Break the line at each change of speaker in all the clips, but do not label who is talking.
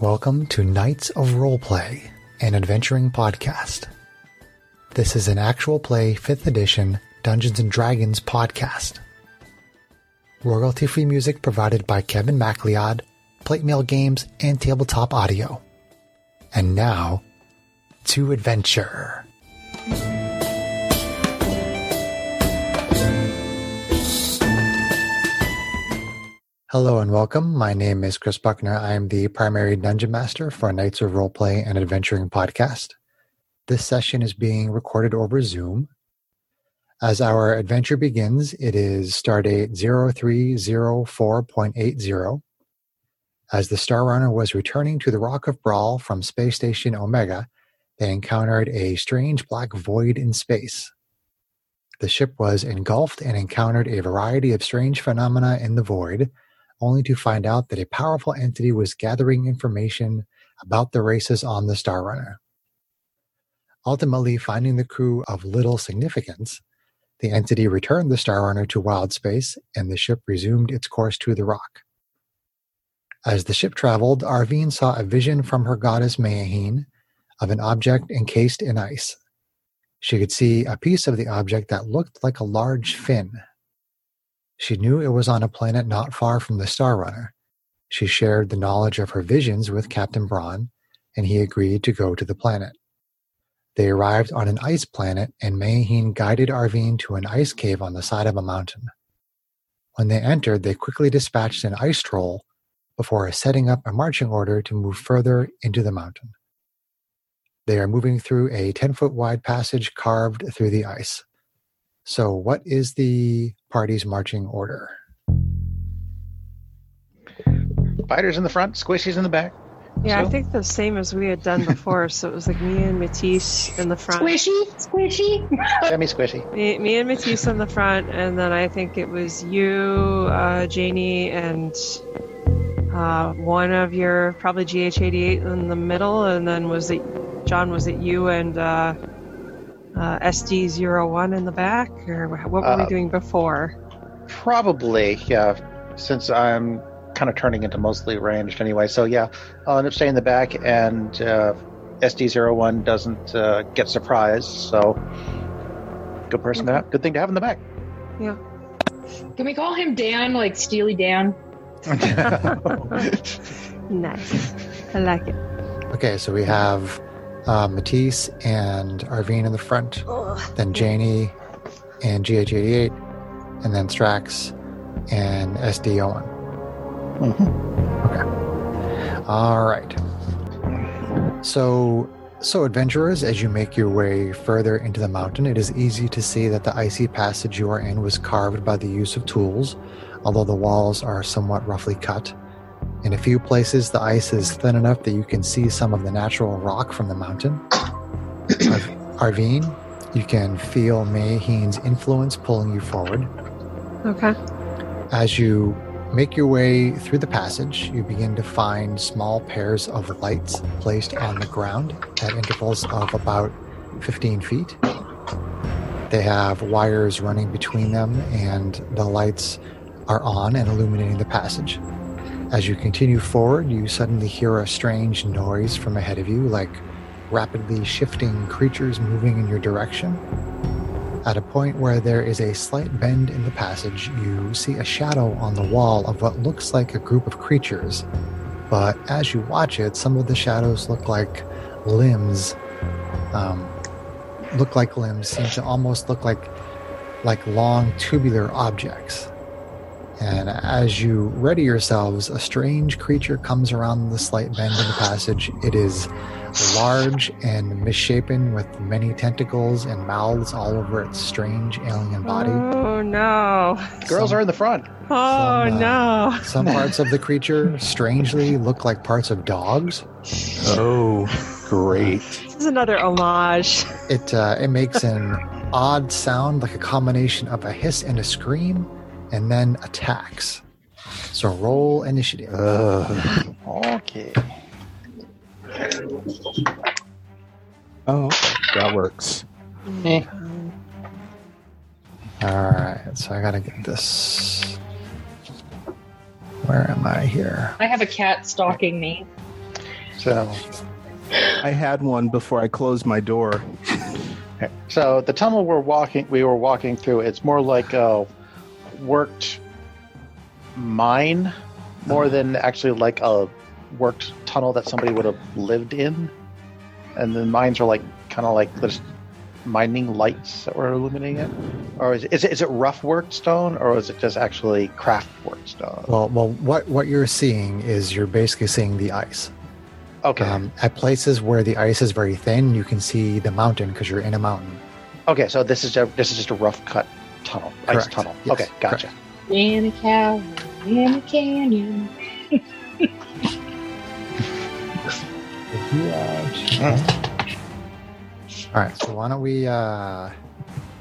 welcome to Knights of Roleplay, an adventuring podcast. This is an actual play 5th edition Dungeons and Dragons podcast. Royalty free music provided by Kevin MacLeod, Plate Mail Games, and Tabletop Audio. And now, to adventure. Hello and welcome. My name is Chris Buckner. I am the primary dungeon master for Knights of Roleplay and Adventuring podcast. This session is being recorded over Zoom. As our adventure begins, it is stardate 0304.80. As the Star Runner was returning to the Rock of Brawl from Space Station Omega, they encountered a strange black void in space. The ship was engulfed and encountered a variety of strange phenomena in the void, only to find out that a powerful entity was gathering information about the races on the Star Runner. Ultimately, finding the crew of little significance, the entity returned the Star Runner to wild space and the ship resumed its course to the rock. As the ship traveled, Arvine saw a vision from her goddess Mayaheen of an object encased in ice. She could see a piece of the object that looked like a large fin. She knew it was on a planet not far from the Star Runner. She shared the knowledge of her visions with Captain Braun, and he agreed to go to the planet. They arrived on an ice planet, and Mayheen guided Arvine to an ice cave on the side of a mountain. When they entered, they quickly dispatched an ice troll before setting up a marching order to move further into the mountain. They are moving through a 10 foot wide passage carved through the ice. So, what is the party's marching order?
Fighters in the front, squishies in the back.
Yeah,
So?
I think the same as we had done before. so it was like me and Matisse in the front.
Squishy, squishy.
Semi squishy.
Me, me and Matisse in the front, and then I think it was you, uh, Janie, and uh, one of your probably GH88 in the middle, and then was it John? Was it you and uh, uh, SD01 in the back, or wh- what were
Uh,
we doing before?
Probably, yeah, since I'm kind of turning into mostly ranged anyway. So, yeah, I'll end up staying in the back, and uh, SD01 doesn't uh, get surprised. So, good person to have. Good thing to have in the back.
Can we call him Dan, like Steely Dan?
Nice, I like it.
Okay, so we have uh, Matisse and Arvine in the front, then Janie and GH88, and then Strax and SD Owen. All right. So, so adventurers, as you make your way further into the mountain, it is easy to see that the icy passage you are in was carved by the use of tools, although the walls are somewhat roughly cut. In a few places, the ice is thin enough that you can see some of the natural rock from the mountain. Arv- Arvine, you can feel Mayheen's influence pulling you forward.
Okay.
As you make your way through the passage, you begin to find small pairs of lights placed on the ground at intervals of about 15 feet. They have wires running between them, and the lights are on and illuminating the passage. As you continue forward, you suddenly hear a strange noise from ahead of you, like rapidly shifting creatures moving in your direction. At a point where there is a slight bend in the passage, you see a shadow on the wall of what looks like a group of creatures. But as you watch it, some of the shadows look like limbs. Um, look like limbs seem to almost look like like long tubular objects. And as you ready yourselves, a strange creature comes around the slight bend in the passage. It is large and misshapen with many tentacles and mouths all over its strange alien body.
Oh no!
Girls
Some-
are in the front.
Oh
Some, uh,
no!
Some parts of the creature strangely look like parts of dogs.
Oh, great.
This is another homage.
It uh, it makes an odd sound, like a combination of a hiss and a scream, and then attacks. So roll initiative.
Uh,
Okay.
oh, that works.
All right, so I gotta get this. Where am I here?
I have a cat stalking me.
So,
I had one before I closed my door.
so the tunnel we're walking, we were walking through, it's more like a worked mine, more than actually like a worked tunnel that somebody would have lived in. And the mines are like kind of like there's mining lights that were illuminating it. Or is it, is it, is it rough worked stone, or is it just actually craft worked stone?
Well, well, what what you're seeing is you're basically seeing the ice.
Okay,
Um, at places where the ice is very thin, you can see the mountain because you're in a mountain.
okay. So this is a, this is just a rough cut tunnel, ice
Correct.
tunnel.
Yes,
okay, gotcha.
In a cow, in a canyon.
All right, so why don't we uh,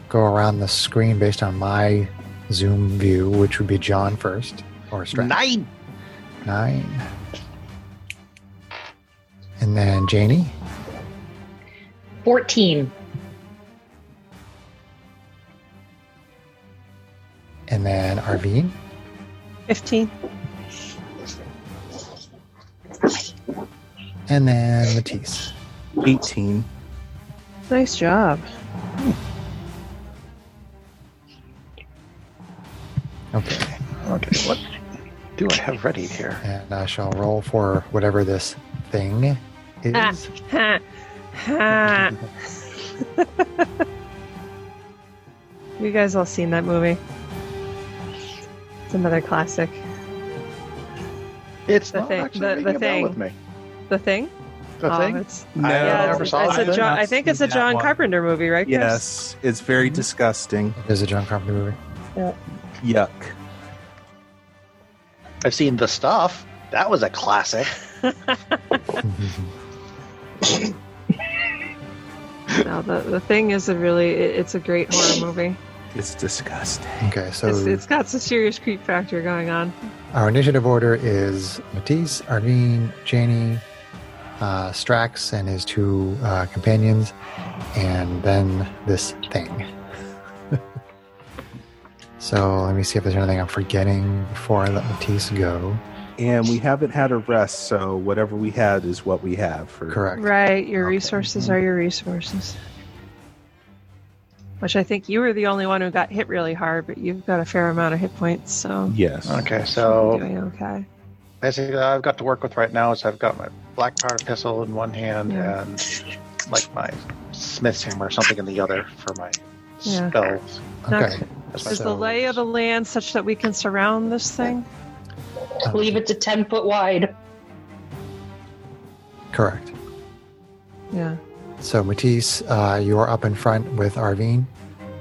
go around the screen based on my Zoom view, which would be John first or Strat
Nine.
nine, and then Janie.
14.
And then Arvine.
15.
And then Matisse.
18.
Nice job.
Okay.
Okay, what do I have ready here?
And I shall roll for whatever this thing is.
Ah. Ha. Ha. you guys all seen that movie. It's another classic.
It's
The
not
thing-
actually
the-
ringing
the
a bell
thing.
with me.
The Thing?
The
Um,
thing.
it's-
No,
Yeah,
yeah,
never
it's,
saw
it's
it.
a
I've
John,
not
I think it's a
seen that
John
one.
Carpenter Mm-hmm. movie, right? Chris?
Yes, it's very disgusting.
It is a John Carpenter movie.
Yuck.
I've seen the stuff. That was a classic.
No, the, the Thing is a really, it, it's a great horror movie.
It's disgusting.
okay, so
It's, it's got some serious creep factor going on.
our initiative order is Matisse, Arvine, Janie, uh, Strax, and his two uh, companions, and then this thing. so let me see if there's anything I'm forgetting before I let Matisse go.
And we haven't had a rest, so whatever we had is what we have. For
Correct.
Right, your
Okay.
resources are your resources. Which I think you were the only one who got hit really hard, but you've got a fair amount of hit points, so
Yes.
Okay,
you're
so
doing Oh, okay.
basically, I've got to work with right now is I've got my black power pistol in one hand
Yeah.
and like my smith's hammer or something in the other for my
Yeah.
spells.
Not-
Okay.
That's
Is
my-
the lay of the land such that we can surround this thing?
I believe it's a 10 foot wide.
Correct.
Yeah.
So Matisse, uh, you are up in front with Arvine,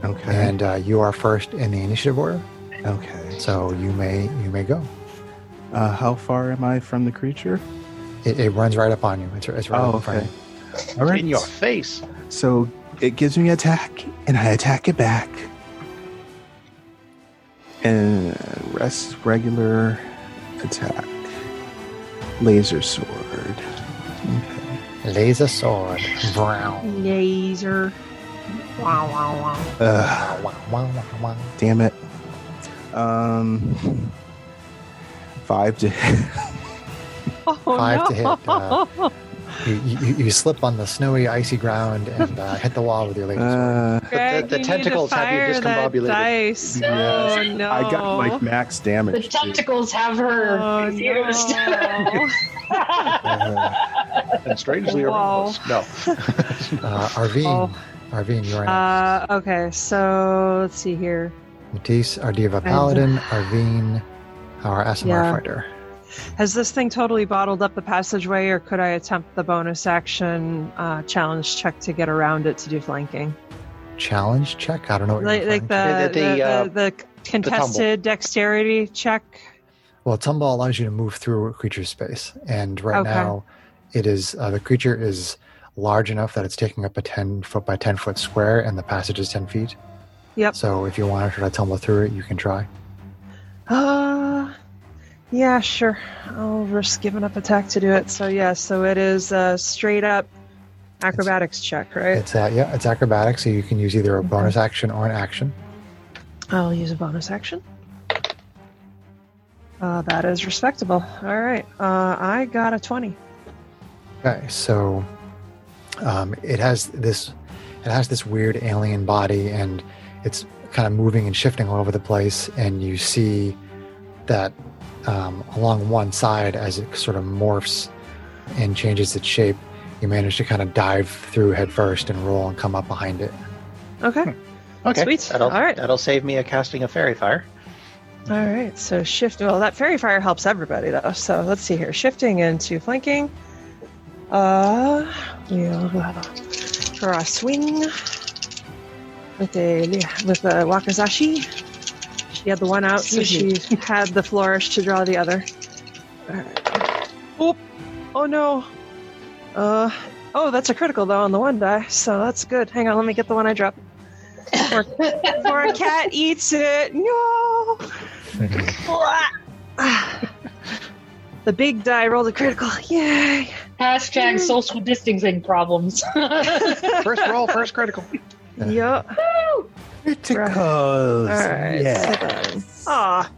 Okay.
and uh, you are first in the initiative order.
okay.
So you may you may go.
Uh, how far am I from the creature?
It, it runs right up on you. It's, it's right up
Oh,
in front
okay.
of you.
All right.
in your face.
So it gives me attack, and I attack it back. And rest regular attack. Laser sword. Okay.
Laser sword. Brown.
Laser. Wow, wow, wow.
Ugh,
Wow, wow, wow, wow.
damn it. Um, five to
Oh,
Five
no.
to hit, uh, You, you, you slip on the snowy, icy ground and uh, hit the wall with your laser sword.
Uh,
Greg,
But the- the
you need to
tentacles have you
fire that
discombobulated.
Dice.
Yes.
Oh, no.
I got like max
The
damage.
tentacles have her
Oh,
confused.
no.
Uh,
And strangely,
Wow.
around us. no.
Uh, Arvine.
Oh.
Arvine, you are next.
Uh, okay, so let's see here.
Matisse, our Diva Paladin, Arvine, our SMR
Yeah.
fighter.
Has this thing totally bottled up the passageway, or could I attempt the bonus action uh, challenge check to get around it to do flanking?
Challenge check? I don't know what
Like,
you're
like
referring to.
the,
The-
the,
the,
the,
uh,
the contested dexterity check?
Well, Tumble allows you to move through a creature's space, and right
Okay.
now, it is uh, the creature is large enough that it's taking up a ten foot by ten foot square, and the passage is ten feet.
Yep.
So, if you want to try to tumble through it, you can try.
Uh, yeah, sure. I'll risk giving up attack to do it. So, yeah, so it is a straight up acrobatics check, right?
It's uh, yeah, it's acrobatic, so you can use either a bonus action or an action.
I'll use a bonus action. Uh, that is respectable. All right. Uh, I got a 20.
Okay, so um, it has this it has this weird alien body, and it's kind of moving and shifting all over the place. And you see that um, along one side, as it sort of morphs and changes its shape, you manage to kind of dive through headfirst and roll and come up behind it.
Okay.
Okay.
Sweet.
That'll,
All right.
That'll save me a casting of fairy fire.
All right, so shift. Well, that fairy fire helps everybody though. So let's see here, shifting into flanking. Uh, we'll uh, draw a swing with a with a wakizashi. She had the one out, so she
Excuse
had the flourish to draw the other. All right. Oh, oh no. Uh, oh, that's a critical though on the one die, so that's good. Hang on, let me get the one I dropped. Or- or a cat eats it. No. the big die rolled a critical. Yay.
Hashtag social distancing problems.
First roll, first critical.
Yup.
Criticals.
All right.
Yeah.
Aw,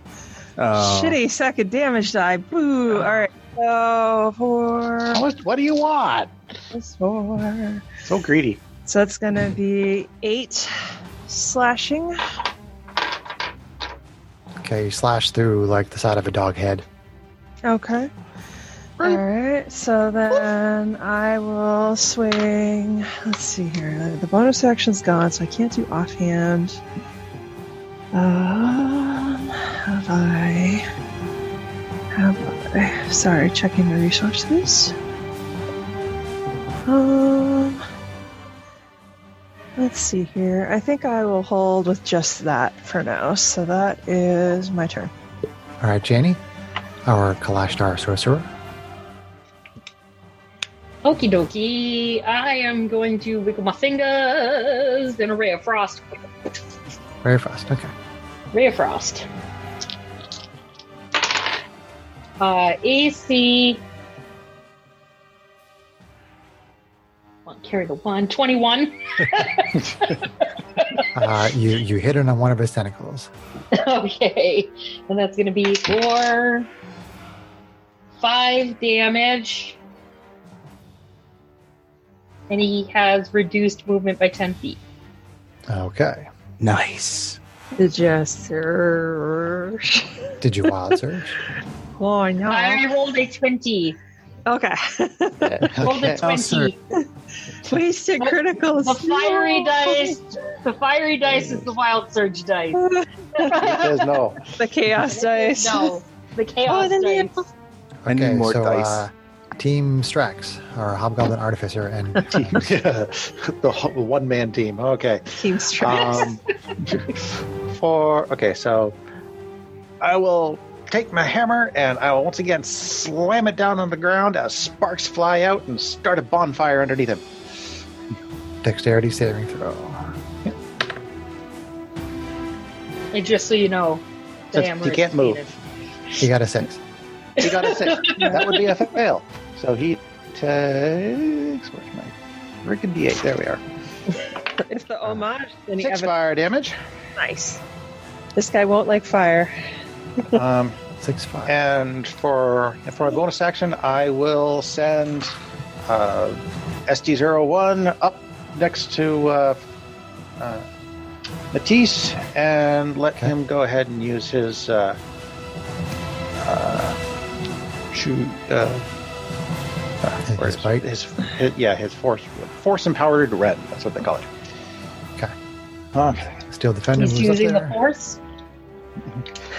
Oh.
shitty second damage die. Boo. All right. So four
How much- What do you want?
plus four.
So greedy.
So that's gonna be eight slashing.
Okay, you slash through like the side of a dog head.
Okay. All right. So then I will swing. Let's see here. The bonus action's gone, so I can't do offhand. Um, have I? Have I? Sorry, checking the resources. Um, let's see here. I think I will hold with just that for now. So that is my turn.
All right, Janie, our Kalashtar sorcerer.
Okie dokie. I am going to wiggle my fingers in a ray of frost.
Very fast. Okay.
Ray of frost. Uh, AC. One, carry the one. 21.
Uh, you you hit it on one of his tentacles.
okay. And that's going to be four, five damage. And he has reduced movement by 10 feet.
Okay.
Nice.
Digester.
Did you wild surge?
Why
I
not?
rolled a 20.
Oh, Okay.
Rolled a
Okay.
20.
Wasted
The-
criticals.
The fiery
No.
dice. The fiery dice is the wild surge dice.
It says no.
the chaos dice.
No, the chaos
Oh, the
dice.
nail.
I need more
so,
dice.
Uh, Team Strax, our Hobgoblin Artificer, and
the one man team. Okay.
Team stress.
Um, for okay, so I will take my hammer and I will once again slam it down on the ground as sparks fly out and start a bonfire underneath him.
Dexterity saving throw.
And just so you know, the
Since
hammer
he
is
can't move.
defeated.
He got a six.
He got a six. that would be a fail. So he takes where's my freaking d8? There we are.
it's the homage. Any
Six
evidence.
fire damage.
Nice. This guy won't like fire.
Um,
Six five.
and for for a bonus action, I will send uh, SD01 up next to uh, uh, Matisse and let
Okay.
him go ahead and use his uh, uh, shoot. Uh,
His
or his,
bite?
his, his- yeah, his force force empowered red. That's what they call it.
Okay.
Huh.
Still defending.
He's
Who's up
using the
there?
force.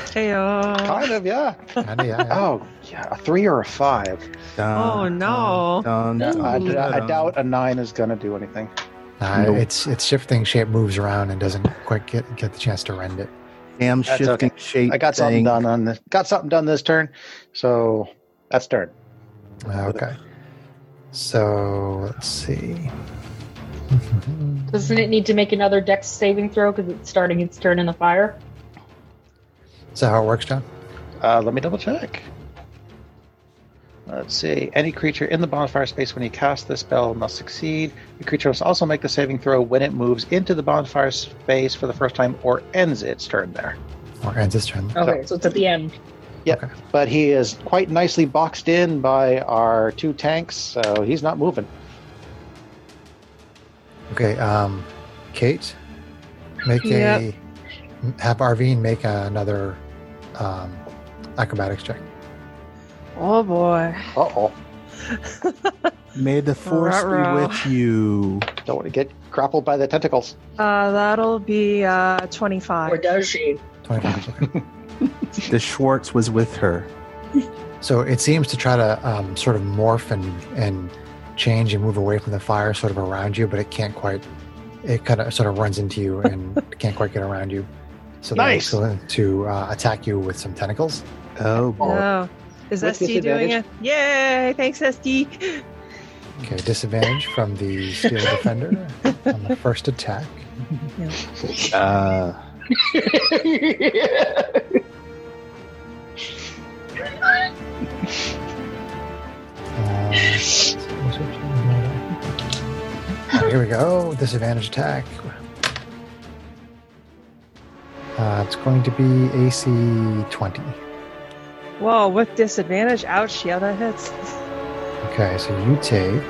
Chaos.
Kind of, yeah.
Kinda, yeah, yeah. Uh,
Oh, yeah, a three or a five.
Dun,
Oh, no.
dun, dun,
I,
dun,
I
dun.
doubt a nine is going to do anything.
Nah,
Nope.
It's it's shifting shape moves around and doesn't quite get get the chance to rend it.
Damn
That's
shifting
okay.
shape.
I got something
thing.
done on this. Got something done this turn, so that's turn.
Uh, okay. So let's see.
Doesn't it need to make another dex saving throw because it's starting its turn in the fire?
Is that how it works, John?
Uh, let me double check. Let's see. Any creature in the bonfire space when you cast this spell must succeed. The creature must also make the saving throw when it moves into the bonfire space for the first time or ends its turn there.
Or ends this turn?
Okay, so it's at the end.
Yep.
Okay.
But he is quite nicely boxed in by our two tanks, so he's not moving.
Okay. Um, Kate, make
Yep.
a have Arvine make another um, acrobatics check.
Oh boy.
Uh oh.
May the force be
Ruh-roh.
with you.
Don't want to get grappled by the tentacles.
Uh, that'll be uh,
Or
25.
does she?
Twenty-five. okay.
The Schwartz was with her.
So it seems to try to um, sort of morph and, and change and move away from the fire, sort of around you, but it can't quite. It kind of sort of runs into you and can't quite get around you. So then
Nice.
it's going to uh, attack you with some tentacles.
Oh, boy.
No. Is
With
SD doing it?
disadvantage?
Yay! Thanks, SD.
Okay, disadvantage from the steel defender on the first attack.
Uh,
Uh, here we go. Disadvantage attack. Uh, it's going to be AC 20.
Whoa, with disadvantage? Ouch, yeah, that hits.
Okay, so you take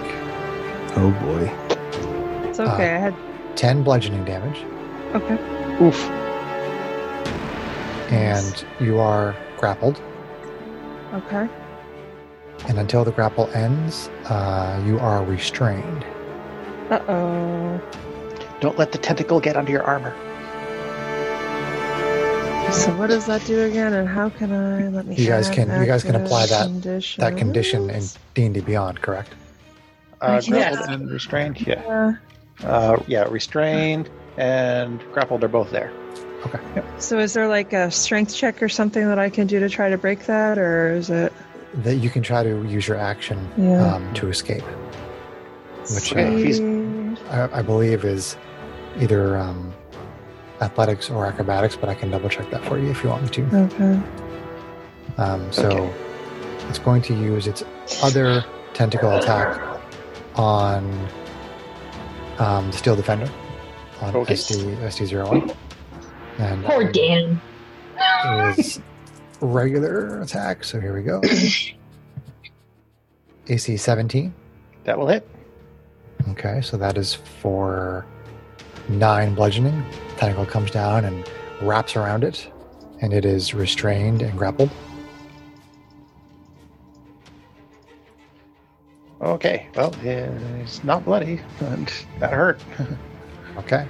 oh, boy.
It's
Uh.
okay. I had.
10 bludgeoning damage,
Okay.
Oof.
and you are grappled.
Okay.
And until the grapple ends, uh, you are restrained.
Uh oh.
Don't let the tentacle get under your armor.
So what does that do again? And how can I? Let me.
You guys
add
can- you guys can
active
apply that- That condition in
conditions.
D&D Beyond, correct?
Uh,
Yes.
grappled and restrained. Yeah.
Yeah.
Uh, yeah, restrained and grappled are both there.
So is there like a strength check or something that I can do to try to break that, or is it?
That you can try to use your action
Yeah.
um, to escape. Which,
uh, if he's-
Sweet.
I, I believe is either um, athletics or acrobatics, but I can double check that for you if you want me to.
Okay.
Um, so
Okay.
it's going to use its other tentacle attack on um, the steel defender on
Okay.
SD SD01, and
Poor
um,
Dan.
it is regular attack. So here we go. AC 17.
That will hit.
Okay, so that is for nine bludgeoning. Tentacle comes down and wraps around it, and it is restrained and grappled.
Okay. Well, yeah, it's not bloody. And that hurt.
Okay.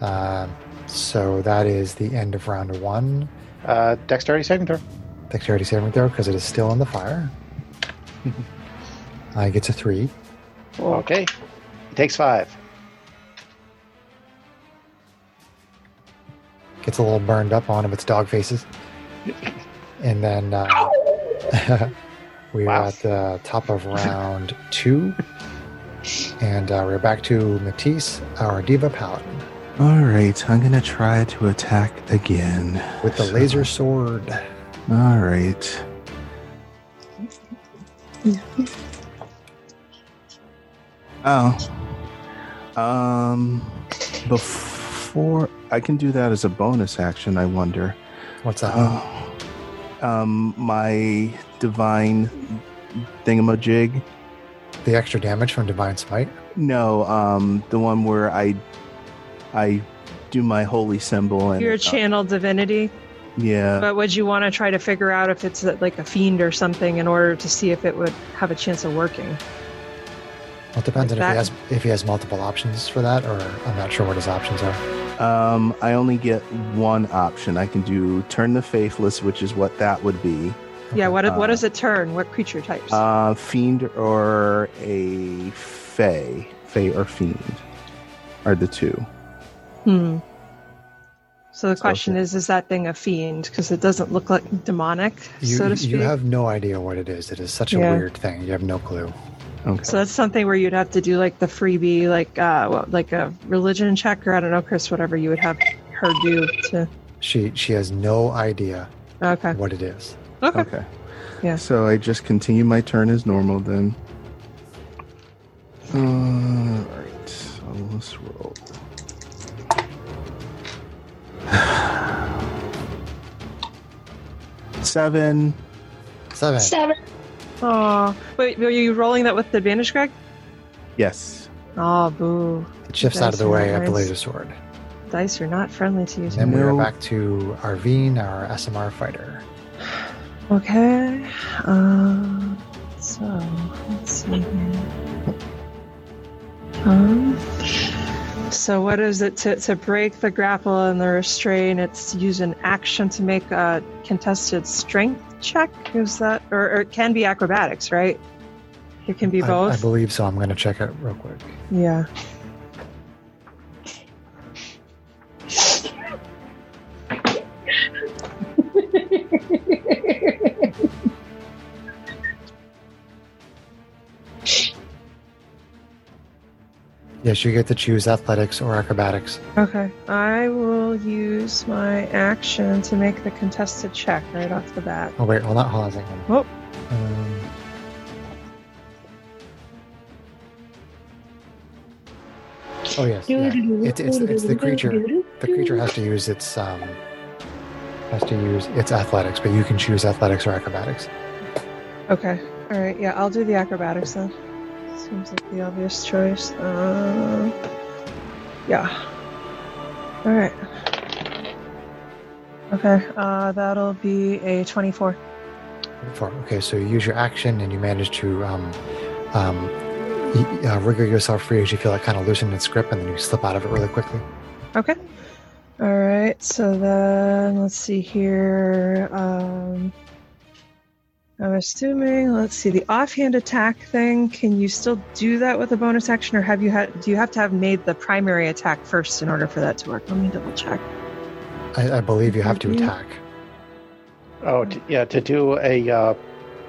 Um, so that is the end of round one.
Uh, dexterity saving throw.
Dexterity saving throw because it is still in the fire. I get to three.
Oh.
Okay. It takes five.
Gets a little burned up on one of its dog faces, and then uh, we are
Wow.
at the top of round two, and uh, we're back to Matisse, our diva paladin,
All right, I'm going to try to attack again.
with the
So-
laser sword.
All right. Oh. Um before I can do that as a bonus action, I wonder.
What's that?
Oh. Um my divine thingamajig.
the extra damage from divine smite.
No, um the one where I I do my holy symbol and
You're a
uh,
channel divinity,
Yeah.
but would you want to try to figure out if it's uh, like a fiend or something in order to see if it would have a chance of working?
Well, it depends on if
That-
he has if he has multiple options for that, or I'm not sure what his options are.
Um, I only get one option. I can do turn the faithless, which is what that would be.
Yeah. What? what
Uh,
does it turn? What creature types?
Uh, fiend or a fey. Fey or fiend are the two.
hmm. So the
So
question
if it-
is: Is that thing a fiend? Because it doesn't look like demonic,
You,
so to speak.
you have no idea what it is. It is such a
Yeah.
weird thing. You have no clue.
Okay.
So that's something where you'd have to do like the freebie, like uh, what- like a religion check, or I don't know, Chris, whatever you would have her do to.
She she has no idea
Okay.
what it is.
Okay.
okay.
Yeah.
So I just continue my turn as normal then. Uh, all right. So let's roll. seven.
Seven.
Seven.
Oh, wait, were you rolling that with the advantage, Greg?
Yes.
Oh, boo.
It shifts out of the way of the
Nice.
laser sword.
Dice are not friendly to you.
And then we are
No.
back to Arvine, our SMR fighter.
Okay. Um, so, let's see here. Um, so, what is it to, to break the grapple and the restraint? It's use an action to make a contested strength check. Is that, or, or it can be acrobatics, right? It can be
I, I
both.
believe so. I'm going to check it real quick.
yeah.
Yes, you get to choose athletics or acrobatics.
Okay. I will use my action to make the contested check right off the bat.
Oh wait, hold on, hold on a second.
Oh.
Um, oh yes. yeah. It's- it's- it's the creature. The creature has to use its um has to use its athletics, but you can choose athletics or acrobatics.
Okay. All right. Yeah, I'll do the acrobatics then. Seems like the obvious choice. Uh, yeah. All right. Okay. Uh, that'll be a 24.
For, okay, so you use your action and you manage to um, um, y- uh, wriggle yourself free as you feel it kind of loosen its grip, and then you slip out of it really quickly.
Okay. All right. So then let's see here. Um, I'm assuming. Let's see the offhand attack thing. Can you still do that with a bonus action, or have you had? Do you have to have made the primary attack first in order for that to work? Let me double check.
I, I believe you have to
Mhm.
attack.
Oh, t- yeah. To do a uh,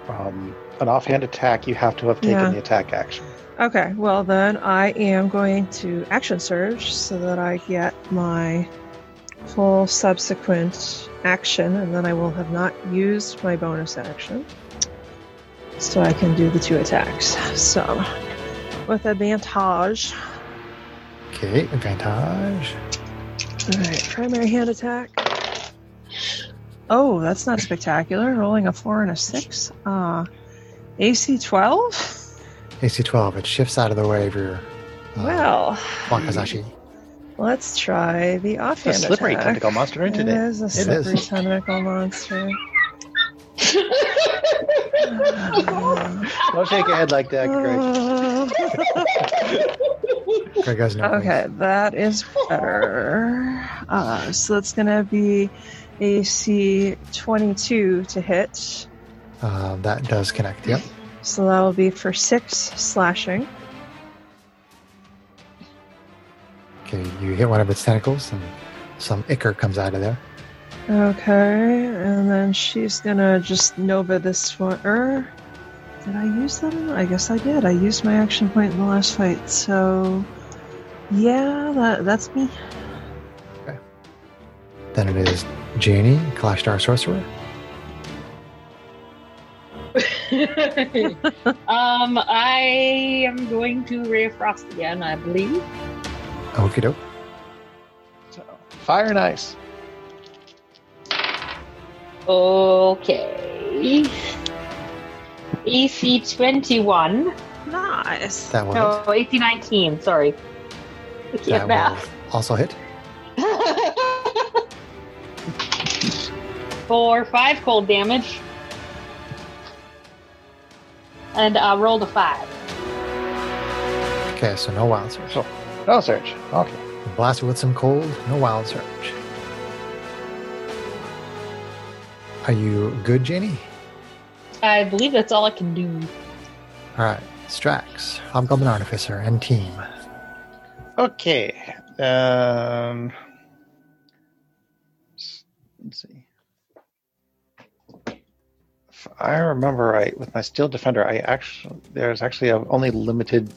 um, an offhand attack, you have to have taken
Yeah.
the attack action.
Okay, well then I am going to action surge so that I get my full subsequent action, and then I will have not used my bonus action, so I can do the two attacks. So, with advantage,
Okay, advantage.
all right, primary hand attack. Oh, that's not spectacular. Rolling a four and a six. Uh, AC twelve.
AC 12. It shifts out of the way of your uh,
Well,
Wakazashi.
let's try the offhand
It's a slippery
attack.
tentacle monster, isn't
It
it?
is a
It
slippery
is.
tentacle monster.
Don't shake your head like that,
Oh.
Greg.
Greg has no
okay,
wings.
that is better. Uh, so that's gonna be AC 22 to hit.
Uh, that does connect. Yep.
So that will be for six slashing.
Okay, you hit one of its tentacles, and some ichor comes out of there.
Okay, and then she's gonna just Nova this one. Er, did I use that? I guess I did. I used my action point in the last fight, so yeah, that, that's me.
Then it is Janie, Clash Star Sorcerer.
um, I am going to Ray of Frost again, I believe.
Okie doke.
So, fire and ice.
Okay. E AC 21.
Nice.
That was.
No, AC 19. Sorry. I
that
can't math.
will also hit.
Four, five cold damage. And I rolled a five.
Okay, so no wild surge.
So, no surge. Okay.
Blast it with some cold, no wild surge. Are you good, Janie?
I believe that's all I can do.
All right, Strax, Hobgoblin Artificer, and team.
Okay. Um, s- let's see. If I remember right, with my Steel Defender, I actually there's actually a only limited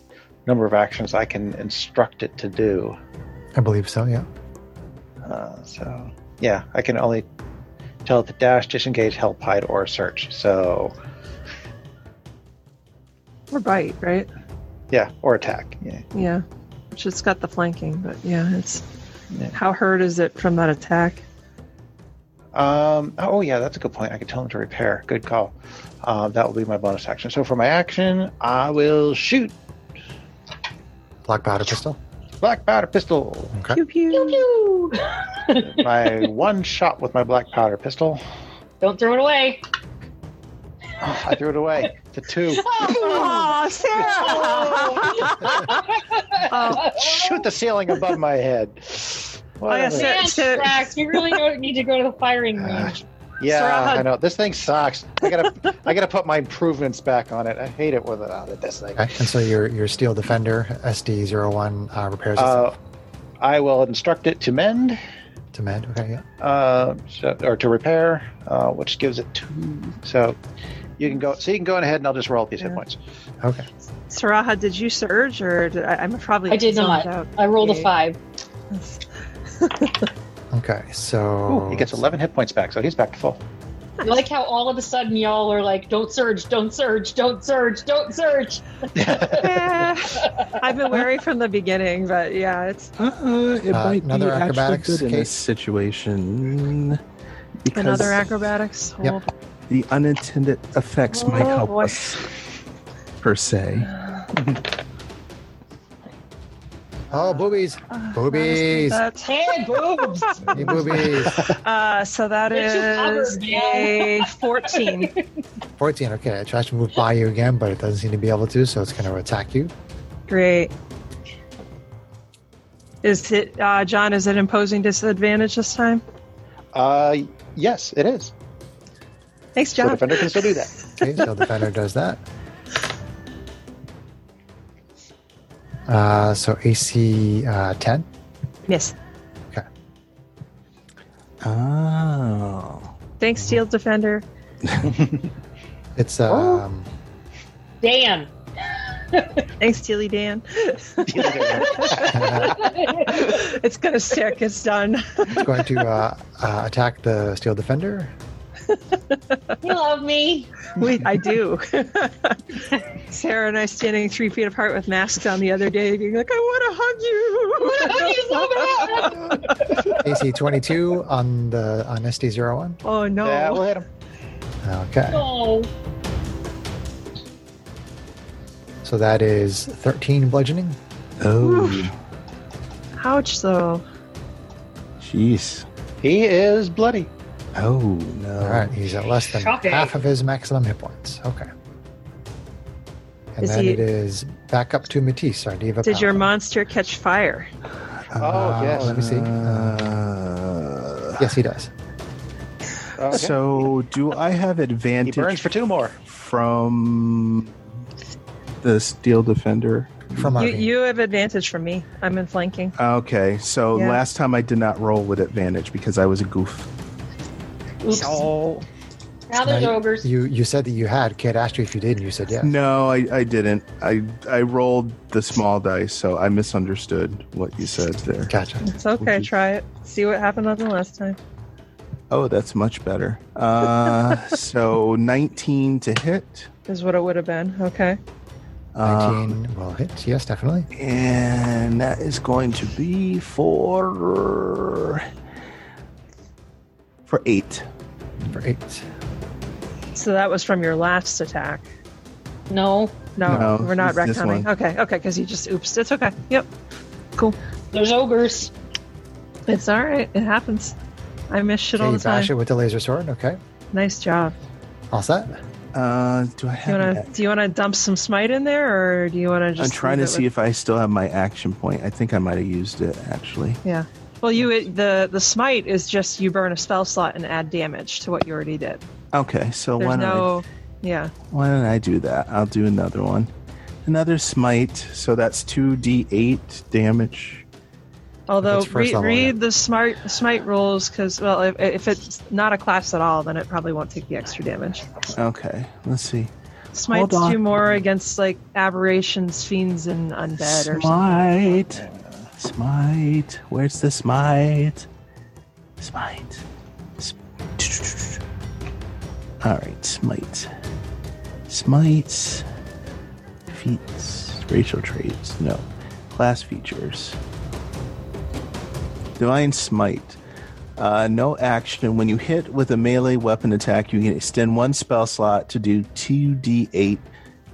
number of actions I can instruct it to do.
I believe so. Yeah.
Uh, so yeah, I can only tell it to dash, disengage, help, hide, or search. So
Or bite, right?
yeah, or attack. Yeah.
Yeah. Which it's got the flanking, but yeah, it's
Yeah.
how hurt is it from that attack?
Um, oh, yeah, that's a good point. I could tell him to repair. Good call. Uh, that will be my bonus action. So for my action, I will shoot
Black powder pistol.
black powder pistol.
Okay.
Pew
Pew,
pew.
pew.
My one shot with my black powder pistol.
Don't throw it away.
Oh, I threw it away. It's a two.
Oh. Aw, Sarah! oh,
Shoot the ceiling above my head.
I
Whatever.
said-
Man,
So-
Drax, we really don't need to go to the firing range.
Yeah,
Sarah-
I know this thing sucks. I gotta, I gotta put my improvements back on it. I hate it without it. This thing.
Okay. And so your your steel defender SD01 uh, repairs itself
Uh, I will instruct it to mend,
to med. Okay. Yeah.
uh, so, or to repair, uh, which gives it two. So you can go. So you can go ahead, and I'll just roll these hit
Yeah.
points.
Okay.
Saraha, did you surge or did I, I'm probably
I did
zoned
not.
out.
I rolled a five.
Okay. So
Ooh, he
Oh,
gets eleven hit points back, so he's back to full.
I like how all of a sudden y'all are like, don't surge, don't surge, don't surge, don't surge.
Eh, I've been wary from the beginning, but yeah, it's
Uh, it
Uh,
might
another
be actually
acrobatics
good in
case?
this situation because
another acrobatics.
Yep.
Oh,
the unintended effects might
Oh,
help
boy.
us per se.
Oh, boobies.
uh,
Boobies.
that's-
Hey, boobs!
Hey, boobies.
Uh, so that
Get you covered,
is
man.
a 14.
14. Okay. It tries to move by you again, but it doesn't seem to be able to, so it's going to attack you.
Great. Is it, uh, John, is it imposing disadvantage this time?
Uh, yes, it is.
Thanks,
So
John.
defender can still do that.
Okay. Steel defender does that. Uh, so AC uh, 10.
Yes.
Uh. Oh.
Thanks, Steel Defender.
It's um,
Damn.
Thanks, Steely Dan. it's going to stick. It's done.
it's going to uh, uh, attack the steel defender.
You love me.
We, I do. Sarah and I standing three feet apart with masks on the other day, being like, "I want to hug you."
AC 22 on the on SD01.
oh no!
Yeah, we'll hit him.
Okay.
Oh,
So that is 13 bludgeoning.
Oh.
Ouch! Though.
Jeez.
He is bloody.
Oh no.
All right, he's at less than
Shocking.
half of his maximum hit points. Okay. And
Is
then
he-
it is back up to Matisse, our diva.
Did your
paladin.
monster catch fire?
Oh, yes.
Let me see.
Uh,
Yes, he does.
Okay.
So do I have
Oh, he burns
advantage
for two more.
from the steel defender?
From
You,
our
you have advantage from me. I'm in flanking.
Okay, so
Yeah.
last time I did not roll with advantage because I was a goof.
oops.
Oh,
Now there's
Now,
ogres.
You you said that you had. Kid asked you if you did, and you said yes.
No, I, I didn't. I I rolled the small dice, so I misunderstood what you said there.
Gotcha.
It's okay.
Which is-
Try it. See what happened on the last time.
Oh, that's much better. Uh, so 19 to hit.
Is what it would have been. Okay.
Um,
19 will hit. Yes, definitely.
and that is going to be for for eight.
For eight.
So that was from your last attack.
No,
No,
No,
we're not
it's this
retconning.
one.
Okay. Okay. Because you just oopsed. It's okay. Yep.
there's ogres.
It's all right. It happens. I miss shit
Okay,
all
you
the time.
bash it with the laser sword. Okay.
Nice job.
All set.
Uh,
Do
do I
you
have? an
want to
ac-
do you want to dump some smite in there, or do you want to just?
I'm trying to
leave it
see
with-
if I still have my action point. I think I might have used it actually.
yeah. Well, you the the smite is just you burn a spell slot and add damage to what you already did.
Okay, so
There's
why don't I
no. Yeah.
Why don't I do that? I'll do another one. Another smite. So that's 2d8 damage.
Although
it's first
re-
level,
read the smart smite rules because well if, if it's not a class at all then it probably won't take the extra damage.
Okay, let's see.
Smites
on.
do more against like aberrations, fiends, and undead or something.
Smite. Smite. Where's the smite? Smite. Sm- All right, smite. Smites. Feats. Racial traits. No. Class features. Divine smite. Uh, no action. When you hit with a melee weapon attack, you can extend one spell slot to do 2d8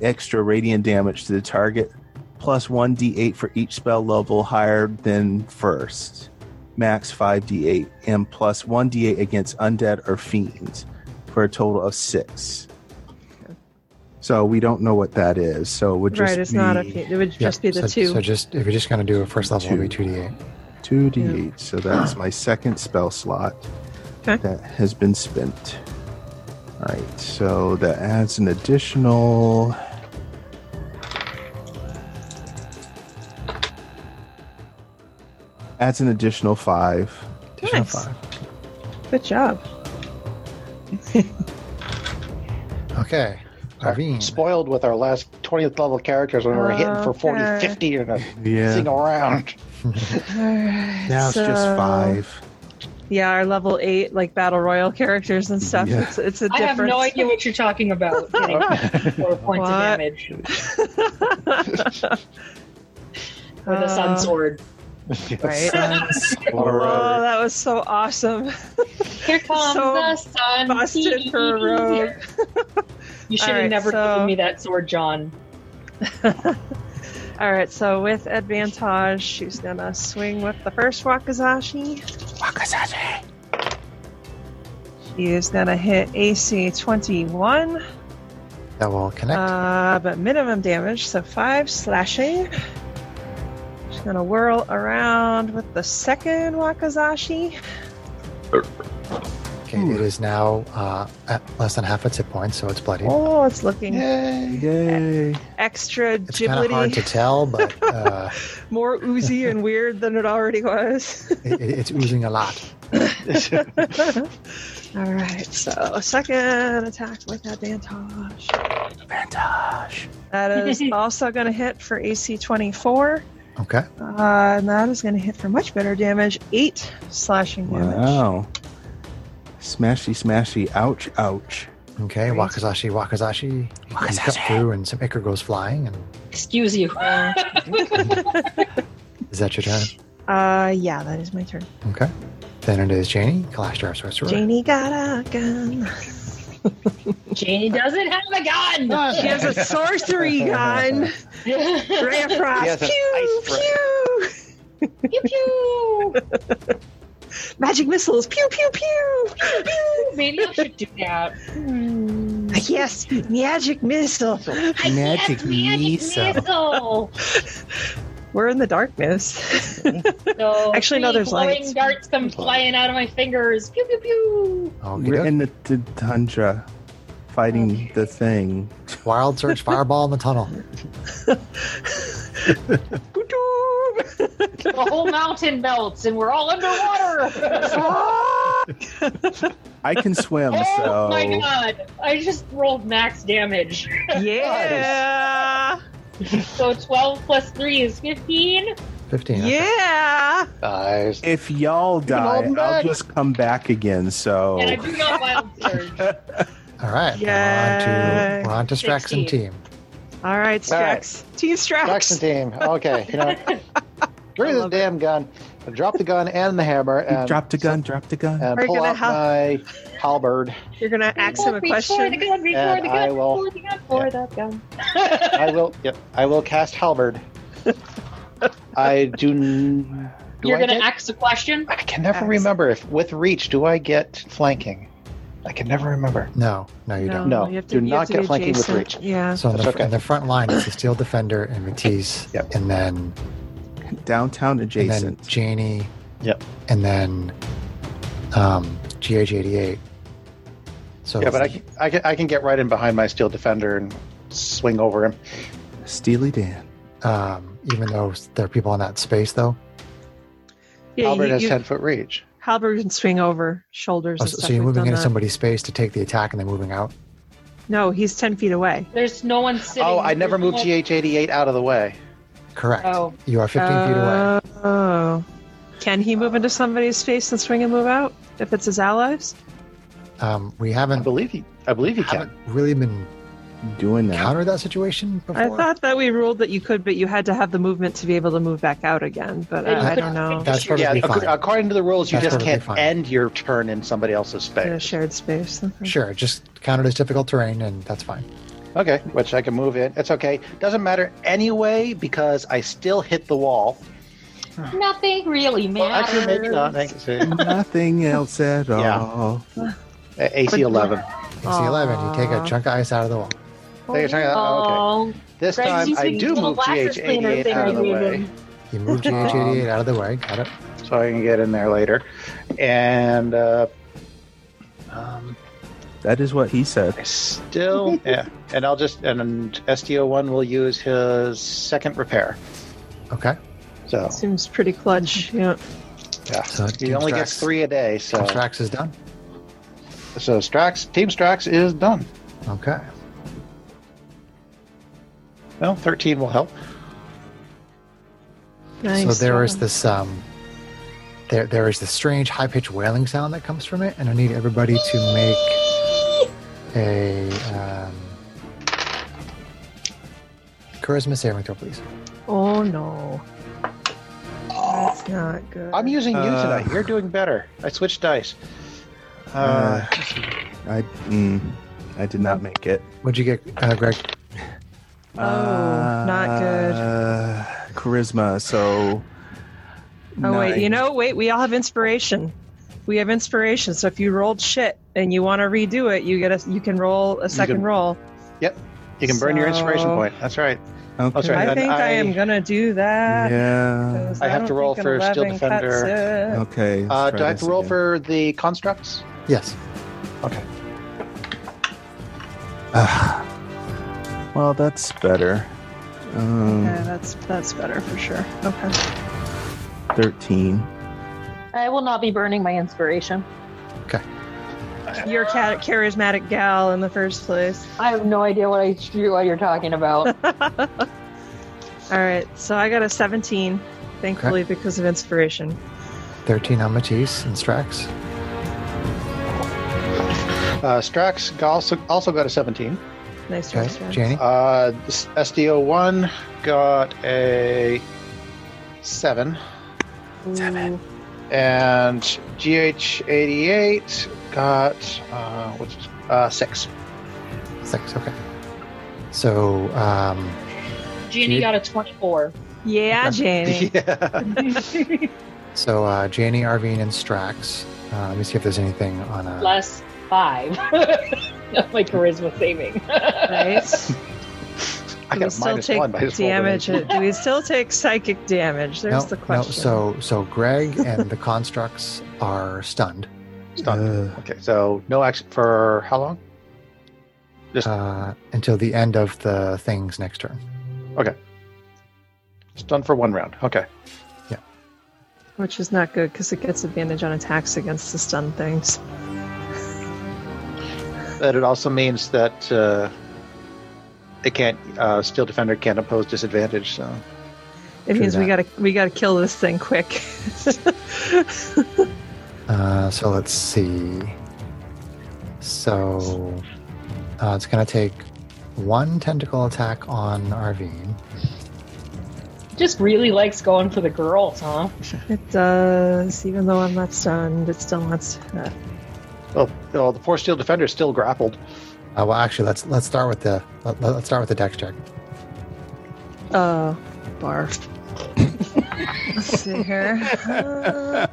extra radiant damage to the target, plus 1d8 for each spell level higher than first, max 5d8, and plus 1d8 against undead or fiends for a total of six. So we don't know what that is. So it would just
right, it's
be
not a. fe- It would
Yeah,
just be the
so,
two.
So just if you're just going to do a first level, it'll be
Two.
two d eight.
2d8. So that's my second spell slot.
Okay.
That has been spent. All right. So that adds an additional. Adds an additional five.
Additional
Nice.
five.
Good job.
Okay, Ravine.
Spoiled with our last 20th level characters when we were hitting for 40,
Okay.
50 in a
Yeah.
single round.
now it's just five.
Yeah, our level eight like battle royal characters and stuff.
Yeah.
It's, it's a
I
difference.
have no idea what you're talking about. Getting four points
What?
of damage for the
Uh,
sun sword.
Right. Oh, that was so awesome.
Here comes
so
the sun.
Busted for a rogue.
You should
All
have
right,
never
so-
given me that sword, John.
All right, so with advantage, she's gonna swing with the first Wakazashi.
Wakasashi.
She is gonna hit AC 21,
that will connect.
uh, but minimum damage, so five slashing. She's gonna whirl around with the second Wakazashi.
okay, it is now uh, at less than half its hit points, so it's bloody.
Oh, it's looking
Yay.
Yay.
extra
It's kind of hard to
giblety,
tell, but uh,
more oozy and weird than it already was.
it, it- it's oozing a lot.
All right, so second attack with advantage.
Vantage.
That is also going to hit for AC 24.
Okay,
Uh, and that is going to hit for much better damage. Eight slashing damage.
Wow. Smashy, smashy. Ouch, ouch.
okay.
Great.
Wakazashi, Wakazashi. You cut
Wakazashi.
through, and some ichor goes flying. And
Excuse you.
is that your turn?
Uh, yeah, that is my turn.
Okay. Then it is Janie, Kalashtar Sorcerer.
Janie got a gun.
Janie doesn't have a gun.
She has a sorcery gun. Ray
She has
Frost.
an
Pew,
ice
pew.
pew pew.
Magic missiles. Pew, pew, pew.
Maybe I should do that. Hmm.
yes, magic missile.
I
Magic
guess magic
missile.
missile.
We're in the darkness.
Mm-hmm.
So
Actually, no,
three
there's
glowing
lights.
darts come flying out of my fingers. Pew pew pew.
Okey-doke.
We're in the, the tundra fighting the thing.
Wild Surge Fireball in the tunnel.
The whole mountain melts and we're all underwater.
I can swim,
oh
so
my god! I just rolled max damage.
yeah.
So twelve plus three is fifteen.
15. okay.
Yeah.
Nice.
if y'all die,
hold 'em
I'll
back.
just come back again. So
And I
Oh.
do not wild surge.
All right. We're on
Yay.
to, we're on to Strax and
16.
team.
All right,
All right.
Strax. Team
Jackson
Strax.
team. Okay. You know, give
I
me the
love
damn gun. Drop the gun and the hammer. And,
drop the gun, drop the gun.
And
We're
pull
gonna
out
have-
my halberd.
You're gonna ask him a
Before the
question.
gun, before
And
the
I
gun,
will-
before the gun, before the gun.
I will. Yep. I will cast halberd. I do. n- do
You're
I
gonna
get-
ask a question.
I can never
Axe.
remember if with reach do I get flanking. I can never remember.
No, no, you don't.
No,
you have to,
do
you have
not
to
get
be
flanking with
adjacent.
reach.
Yeah.
So in the,
That's okay.
in the front line, it's the Steel Defender and Matisse,
Yep.
and then and
Downtown
then
adjacent.
Janie,
Yep.
and then um, GH88. So
Yeah, but I, can- I can I can get right in behind my steel defender and swing over him.
Steely Dan.
um, even though there are people in that space, though,
Yeah,
Halberd
you,
has
you,
ten foot reach.
halberd can swing over shoulders.
oh,
and
so,
stuff.
so you're
We've
moving
done
into
that.
somebody's space to take the attack, and then moving out.
No, he's ten feet away.
There's no one sitting.
Oh, I
there's
never
no
moved
one-
GH eighty eight out of the way.
Correct.
Oh.
You are 15
Uh.
feet away.
Oh. Can he move into somebody's face and swing and move out if it's his allies?
Um, we
I
haven't
believe he. I believe he can.
haven't really been
doing that.
counter that situation before?
I thought that we ruled that you could, but you had to have the movement to be able to move back out again. But uh,
Yeah,
I,
you
I
could
don't know.
That's perfectly
yeah, ac-
fine.
according to the rules, you
That's
just
perfectly
can't
fine.
end your turn in somebody else's
In a
space.
shared space. Okay.
Sure, just count it as difficult terrain, and that's fine.
Okay, which I can move in. It's okay. Doesn't matter anyway because I still hit the wall.
Nothing really
Well,
matters.
actually, maybe not. I can see.
Nothing else at
Yeah.
all.
A- AC
But-
11.
It's the 11. You take a
Aw.
chunk of ice out of the wall.
Take a chunk out-
Oh,
This
Greg's
time I
using
do
little
move
glasses cleaner
GH88
thing
out of
I
the
gave
way
him.
You move GH88 out of the way. Got it.
so I can get in there later. And uh, um,
That is what he said.
I still, yeah. And I'll just, and, SDO1 will use his second repair.
Okay.
So,
Seems pretty clutch. Yeah.
yeah.
So
He only gets three a day, so
Strax is done.
so Strax Team Strax is done.
Okay.
Well, thirteen will help.
Nice.
so there is this um, there there is this strange high pitched wailing sound that comes from it, and I need everybody to make a um, charisma saving throw, please.
Oh no. That's not good.
I'm using you
Uh.
tonight. You're doing better. I switched dice. Uh,
Uh, I mm, I did not make it.
What'd you get, uh, Greg?
Oh, not good.
Uh, charisma. So.
Oh wait, you
nine.
know, wait, we all have inspiration. We have inspiration. So if you rolled shit and you want to redo it, you get a you can roll a second
can-
roll.
you can burn your inspiration
So-
point. That's right.
Okay.
Oh, sorry.
I
and
think I,
I-
am gonna do that.
Yeah.
'cause
I have
don't
to roll
think
for
an
Steel
11 cuts
Defender.
it.
Okay. let's
Uh,
try
do I have to
this
roll
again.
for the constructs?
Yes.
Okay.
Ah. well, that's better. Um,
Okay, that's that's better for sure. Okay.
Thirteen.
I will not be burning my inspiration.
You're a cat- charismatic gal in the first place.
I have no idea what I what you're talking about.
All right, so I got a 17, thankfully because of inspiration.
13 on Matisse and Strax.
Uh, Strax got- also also got a seventeen.
Nice
Okay.
try, Strax.
Janie?
Uh, SDO one got a seven,
Ooh.
and GH eighty eight got uh, what's uh, six.
Uh,
Six. Okay. So, um,
Jeannie got a 24.
Yeah, Janie.
Yeah.
so uh, Janie, Arvine, and Strax. Uh, let me see if there's anything on uh, a.
Plus five. my charisma saving.
Right?
I got
Do we
a
still
minus
take
one, but I just rolled
damage?
it.
Do we still take psychic damage? There's the question.
No, so so Greg and the constructs are stunned.
Stunned.
Uh.
okay, so no action for how long?
Uh, until the end of the thing's next turn.
Stunned for one round. Okay.
Which is not good because it gets advantage on attacks against the stun things.
But it also means that uh, it can't. Uh, Steel defender can't oppose disadvantage. So
It
True
means we
that.
gotta we gotta kill this thing quick.
Uh, so let's see. So uh, it's going to take one tentacle attack on Arvine.
Just really likes going for the girls, huh?
it does, even though I'm not stunned, it still wants to.
well, well, the poor steel defender is still grappled.
Uh, well, actually, let's let's start with the let, let's start with the dex check.
Uh, barf. Let's see here. Uh,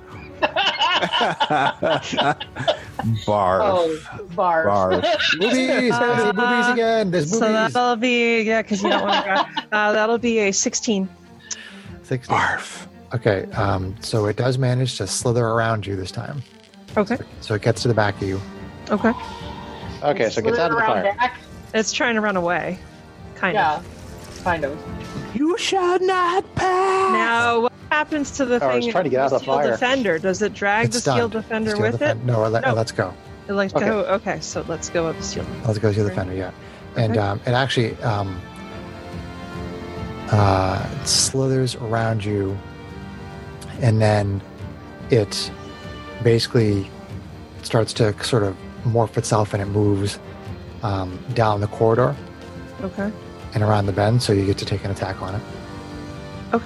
Barf.
Oh, barf.
Barf.
Boobies! I see boobies again. There's
Uh, so
boobies.
that'll be yeah, because you don't want to. Uh, that'll be a 16.
Six.
Barf.
Okay, um, so it does manage to slither around you this time.
Okay.
So it gets to the back of you.
Okay.
Okay, so it gets out of the
Around
fire.
back.
It's trying to run away, kind of.
Yeah, kind of.
You shall not pass.
Now, what happens to the
Oh, I was
thing?
trying to get out of the
steel
fire.
defender. Does it drag
It's
the steel
stunned.
defender
Steel
with
defen- No, uh, let,
No.
let's go.
it? It like
Okay.
go. Okay, so let's go up the steel.
Let's go to the
Okay.
fender, yeah. And um, it actually um, uh, it slithers around you, and then it basically starts to sort of morph itself, and it moves um, down the corridor
Okay.
and around the bend, so you get to take an attack on it.
All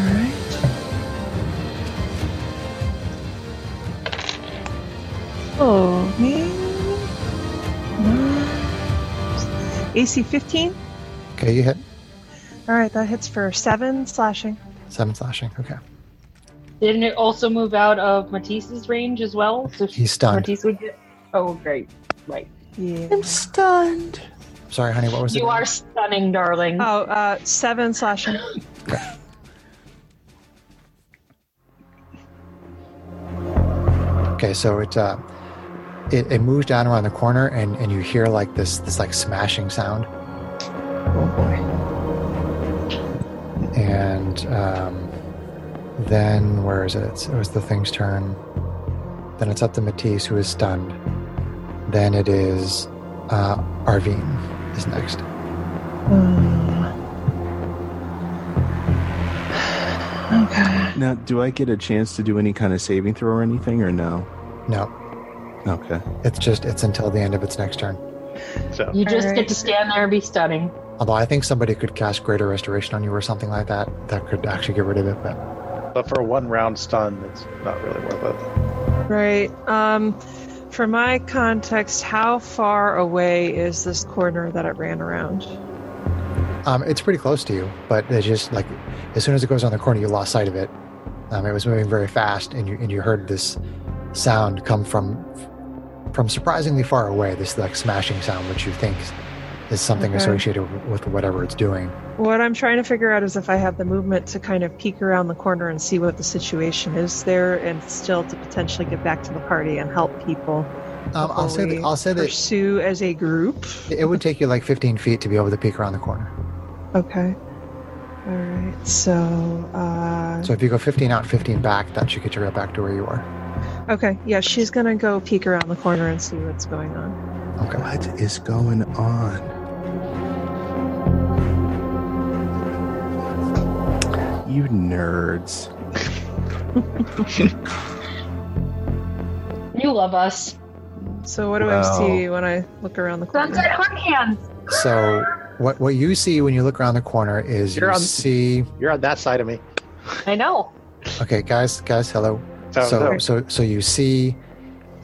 right. Oh man. AC 15.
Okay, you hit
All right, that hits for seven slashing.
seven slashing. Okay,
Didn't it also move out of Matisse's range as well? So
he's stunned.
Matisse would get. Oh, great. Right.
Yeah.
I'm stunned.
Sorry, honey, what was it?
You are stunning, darling.
Oh, uh, seven slashing.
Okay, so it uh, it, it moves down around the corner, and, and you hear like this this like smashing sound. Oh boy! And um, then where is it? It's, it was the thing's turn. Then it's up to Matisse, who is stunned. Then it is uh, Arvine is next.
Okay.
Now, do I get a chance to do any kind of saving throw or anything, or no?
No,
Okay.
it's just it's until the end of its next turn.
So
you just
Alright.
get to stand there and be stunning.
Although I think somebody could cast Greater Restoration on you or something like that. That could actually get rid of it, but
But for one round stun, it's not really worth it.
Right. Um, for my context, how far away is this corner that it ran around?
Um, it's pretty close to you, but it's just like as soon as it goes on the corner, you lost sight of it. Um, it was moving very fast, and you and you heard this sound come from from surprisingly far away. This like smashing sound, which you think is something
Okay.
associated with whatever it's doing.
What I'm trying to figure out is if I have the movement to kind of peek around the corner and see what the situation is there, and still to potentially get back to the party and help people.
Um, I'll say that,
before
I'll say
we
that
pursue as a group.
it would take you like 15 feet to be able to peek around the corner.
Okay. All right. So. Uh,
So if you go 15 out, 15 back, that should get you right back to where you are.
okay. Yeah, she's gonna go peek around the corner and see what's going on.
Okay.
What is going on? You nerds.
You love us.
So what do
Wow.
I see when I look around the corner?
Sunset hot hands.
So what what you see when you look around the corner is you
You're on-
see.
You're on that side of me.
I know.
Okay, guys, guys, hello.
So,
so, so, so you see,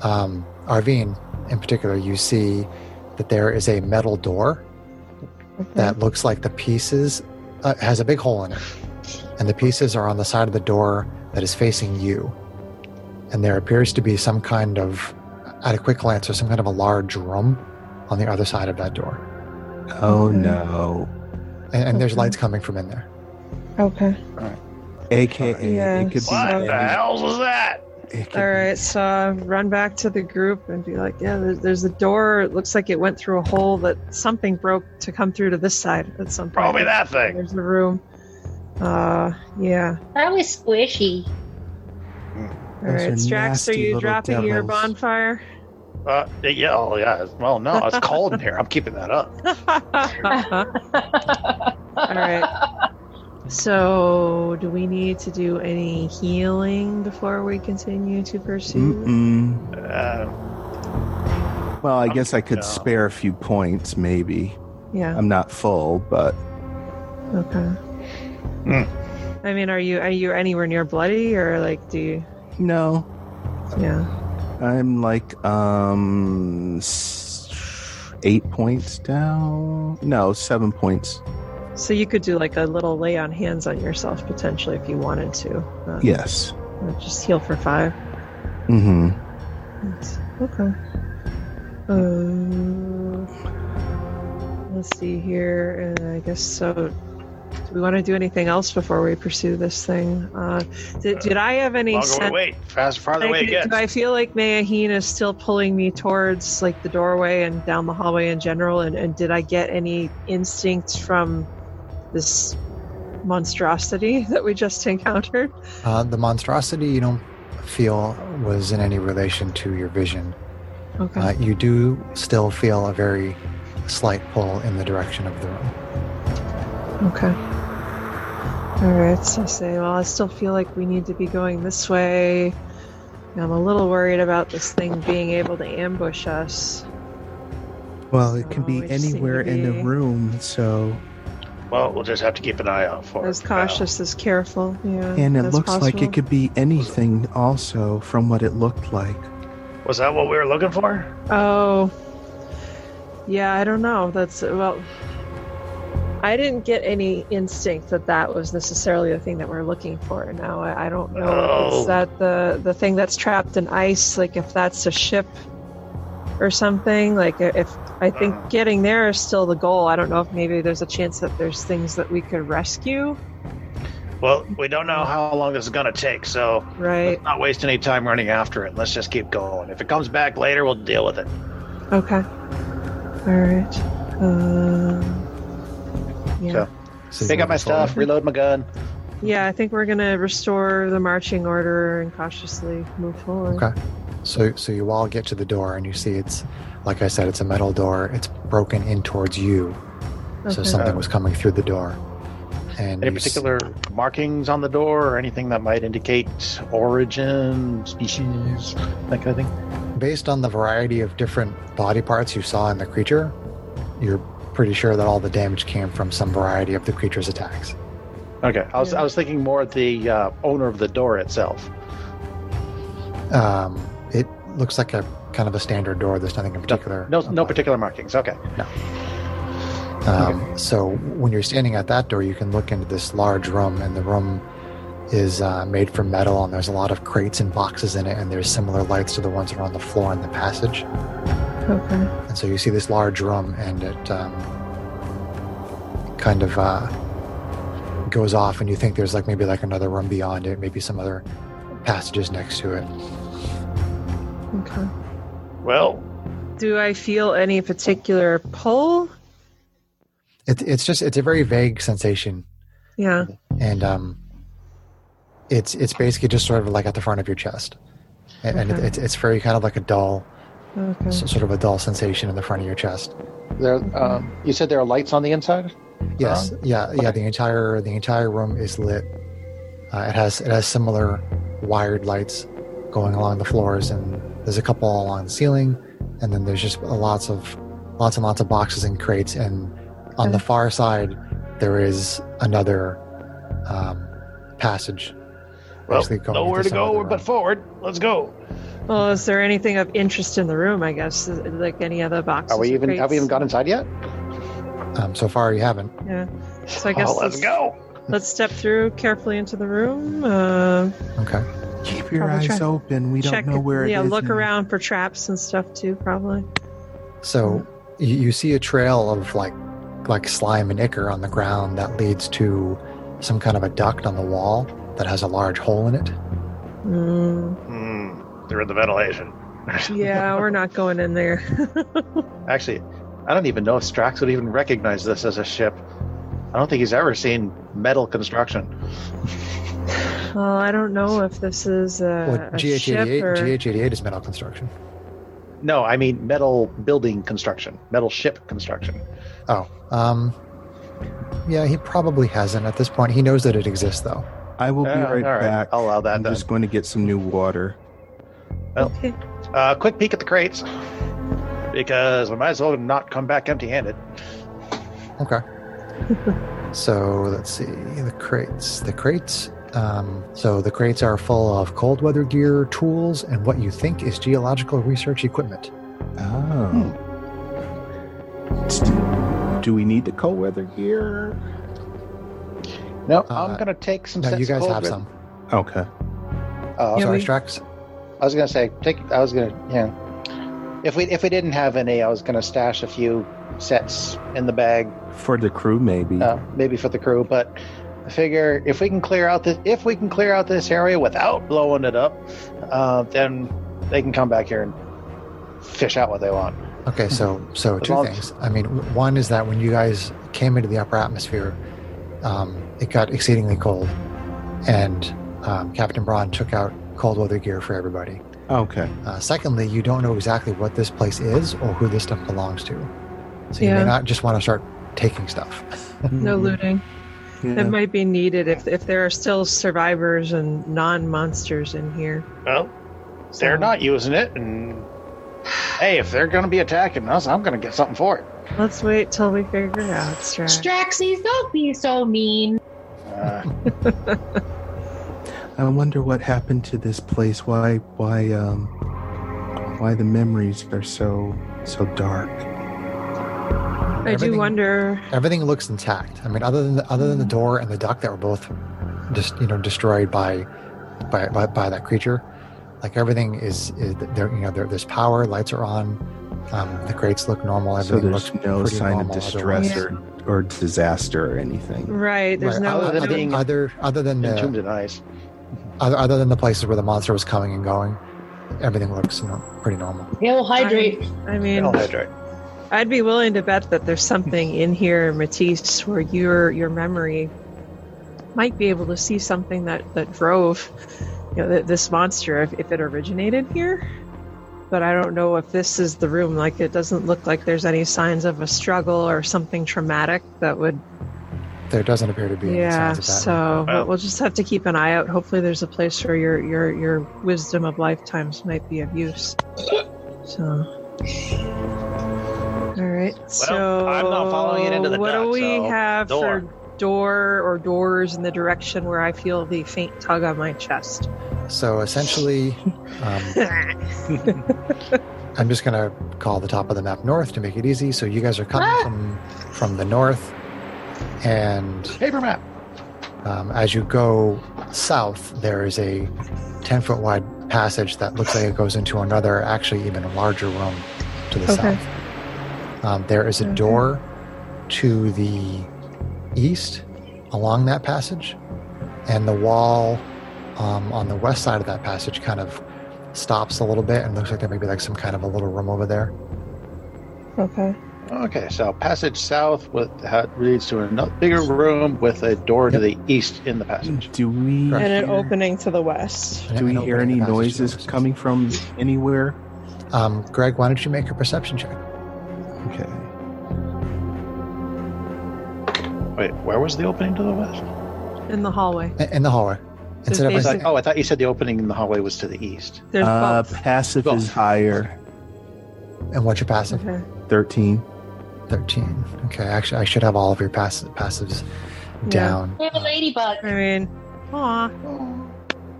um, Arvine in particular, you see that there is a metal door that
Mm-hmm.
looks like the pieces uh, has a big hole in it, and the pieces are on the side of the door that is facing you, and there appears to be some kind of, at a quick glance, or some kind of a large room on the other side of that door,
Oh no.
and, and there's
Mm-hmm.
Okay.
lights coming from in there.
Okay.
AKA,
Yeah,
it could be.
What the
hell was that?
it could
All right. So I run back to the group and be like, "Yeah, there's, there's a door. It looks like it went through a hole that something broke to come through to this side at some point."
that thing.
There's the room. Uh, yeah.
That was squishy.
All
Those
right,
are
Strax, are
nasty
you
little
dropping your
devils.
bonfire?
Uh, yeah, oh, yeah. Well, no, it's cold in here. I'm keeping that up.
All right. So, do we need to do any healing before we continue to
be.
pursue?
Mm-mm.
Uh,
Well, I guess I could
Yeah.
spare a few points, maybe.
Yeah.
I'm not full, but
Okay.
Mm.
I mean, are you are you anywhere near bloody or like do you?
no.
Yeah.
I'm like um s- eight points down. No, seven points.
So you could do like a little lay on hands on yourself potentially if you wanted to. Uh,
Yes.
or Just heal for five.
Mm-hmm.
That's- Okay. Uh, let's see here. Uh, I guess so. Do we want to do anything else before we pursue this thing? Uh, did, did I have any
longer we
sense?
wait, fast, farther away
Like,
it gets.
do I feel like Mayaheen is still pulling me towards like the doorway and down the hallway in general? And, and did I get any instincts from this monstrosity that we just encountered?
Uh, the monstrosity you don't feel was in any relation to your vision.
Okay.
Uh, you do still feel a very slight pull in the direction of the room.
Okay. All right. So I say, well, I still feel like we need to be going this way. And I'm a little worried about this thing being able to ambush us.
Well, it can
So
be
we just seem to
anywhere in the
be
room, so
Well, we'll just have to keep an eye out for
As
it. for now.
cautious as careful. Yeah.
and it
that's
looks like
possible.
it could be anything also from what it looked like.
Was that what we were looking for?
Oh. Yeah, I don't know. That's well. I didn't get any instinct that that was necessarily the thing that we're looking for. Now I, I don't know. if
Oh.
Is that the the thing that's trapped in ice? Like if that's a ship or something. Like if I think
Uh.
getting there is still the goal. I don't know if maybe there's a chance that there's things that we could rescue.
Well, we don't know how long this is going to take, so
Right.
let's not waste any time running after it. Let's just keep going. If it comes back later, we'll deal with it.
Okay. All right. Um, yeah.
So-
So
Pick up my
wonderful.
stuff, reload my gun.
Yeah, I think we're gonna restore the marching order and cautiously move forward.
Okay. So, so you all get to the door and you see it's, like I said, it's a metal door. It's broken in towards you. So
Okay.
something was coming through the door. And
Uh, Any
you s-
particular markings on the door or anything that might indicate origin, species, that kind of thing?
based on the variety of different body parts you saw in the creature, you're pretty sure that all the damage came from some variety of the creature's attacks.
Okay, I was
Yeah.
I was thinking more of the uh, owner of the door itself.
Um, it looks like a kind of a standard door. There's nothing in particular.
No, no
about it.
particular markings. Okay.
Um, So when you're standing at that door, you can look into this large room, and the room is uh, made from metal, and there's a lot of crates and boxes in it, and there's similar lights to the ones that are on the floor in the passage.
Okay.
And so you see this large room, and it um, kind of uh, goes off, and you think there's like maybe like another room beyond it, maybe some other passages next to it.
Okay.
Well,
Do I feel any particular pull?
It, it's just it's a very vague sensation,
Yeah.
and um, it's it's basically just sort of like at the front of your chest, and, and
Okay.
it's it's very kind of like a dull,
Okay.
so- sort of a dull sensation in the front of your chest.
Uh-huh.
There, um, you said there are lights on the inside.
Yes, yeah, yeah. The entire the entire room is lit. Uh, it has it has similar wired lights going along the floors, and there's a couple along the ceiling, and then there's just lots of lots and lots of boxes and crates. And on the
Okay.
far side, there is another um, passage.
well
basically going
nowhere
into
to
some other
go
room.
but forward. Let's go.
Well, is there anything of interest in the room? I guess, Is- like any other
Are
boxes.
we
or
even? Have we even
crates?
got inside yet?
Um, so far, you haven't.
Yeah. So I guess
Oh, let's
let's,
go.
let's step through carefully into the room. Uh,
Okay.
Keep your
Probably
eyes
try-
open. We
check.
don't know where it is.
yeah. Look
and-
around for traps and stuff too, probably.
So you, you see a trail of like like slime and ichor on the ground that leads to some kind of a duct on the wall that has a large hole in it.
Mm.
Hmm. through the ventilation.
Yeah, we're not going in there.
Actually, I don't even know if Strax would even recognize this as a ship. I don't think he's ever seen metal construction.
Well, I don't know if this is
Well,
Uh, a, a ship
GH88
or
GH88 is metal construction.
No, I mean metal building construction, metal ship construction.
Oh, um, yeah, he probably hasn't at this point. He knows that it exists though.
I will be
Uh,
right
all
back.
I'll allow that.
I'm
Then.
just going to get some new water.
Okay.
Uh, quick peek at the crate.
Crates. Because we might as well not come back empty handed.
Okay. so let's see the crates. The crates. Um, so the crates are full of cold weather gear, tools, and what you think is geological research equipment.
Oh. Do we need the cold weather gear?
No,
Uh,
I'm gonna take some.
No,
sense
you guys
cold
have
red-
some.
Okay.
Oh,
Yeah,
Sorry,
we-
Strax.
I was gonna say take. I was gonna yeah. If we if we didn't have any, I was gonna stash a few sets in the bag,
For the crew, maybe.
uh, maybe for the crew. But I figure if we can clear out this if we can clear out this area without blowing it up, uh, then they can come back here and fish out what they want.
Okay, so so
As
two
long-
things. I mean, w- one is that when you guys came into the upper atmosphere, um, it got exceedingly cold, and um, Captain Braun took out cold weather gear for everybody.
okay.
Uh, secondly, you don't know exactly what this place is or who this stuff belongs to, so you
Yeah.
may not just want to start taking stuff.
No
Mhm.
looting.
Yeah.
That might be needed if, if there are still survivors and non monsters in here.
Well,
So-
they're not using it, and
Hey, if they're going to be attacking us, I'm going to get something for it.
Let's wait till we figure it out, Strax.
Straxes, don't be so mean.
Uh,
I wonder what happened to this place. Why, why, um, why the memories are so, so dark.
I do
Everything-
wonder.
Everything looks intact. I mean, other than the, other than the
Mm.
door and the duck that were both just you know destroyed by by by, by that creature, like everything is is there. You know, there, there's power, lights are on, um, the crates look normal.
So
Everything
there's
looks
no
pretty
sign of
normal
distress
otherwise.
or, or disaster or anything.
Right, there's
Right,
no.
other
no-
than being other other than
Entombed
the,
in ice.
other, other than the places where the monster was coming and going, everything looks you know, pretty normal.
He'll hydrate.
I mean,
Oh, that's right.
I'd be willing to bet that there's something in here, Matisse, where your your memory might be able to see something that that drove you know, th- this monster if, if it originated here. But I don't know if this is the room. Like, it doesn't look like there's any signs of a struggle or something traumatic that would.
There doesn't appear to be any
yeah.
signs of that.
So
Well-
but we'll just have to keep an eye out. Hopefully, there's a place where your your your wisdom of lifetimes might be of use. So. All right. so
I'm not following it into the
what
duck,
do we
so
have
door.
for door or doors in the direction where I feel the faint tug on my chest?
So essentially, um, I'm just gonna call the top of the map north to make it easy. So you guys are coming from from the north, and
Paper map.
um, as you go south, there is a ten foot wide passage that looks like it goes into another, actually even larger room to the
Okay.
south. Um, there is a
Okay.
door to the east along that passage, and the wall um, on the west side of that passage kind of stops a little bit and looks like there may be like some kind of a little room over there.
okay.
Okay, so passage south with ha- leads to another bigger room with a door to the east in the passage.
Do we?
Correct.
And an
hear-
opening to the west.
And
Do we
an
hear
opening in
any
the passage
noises
goes.
coming from anywhere?
Um, Greg, why don't you make a perception check?
Okay.
Wait, where was the opening to the west?
In the hallway.
In- In the hallway. Instead of
I
Is
thought,
it-
oh, I thought you said the opening in the hallway was to the east.
There's
Uh,
both.
passive is higher.
and what's your passive?
Okay.
Thirteen.
13. Okay, actually, I should have all of your pass- passives
Yeah.
down.
Little ladybug.
I mean, aw.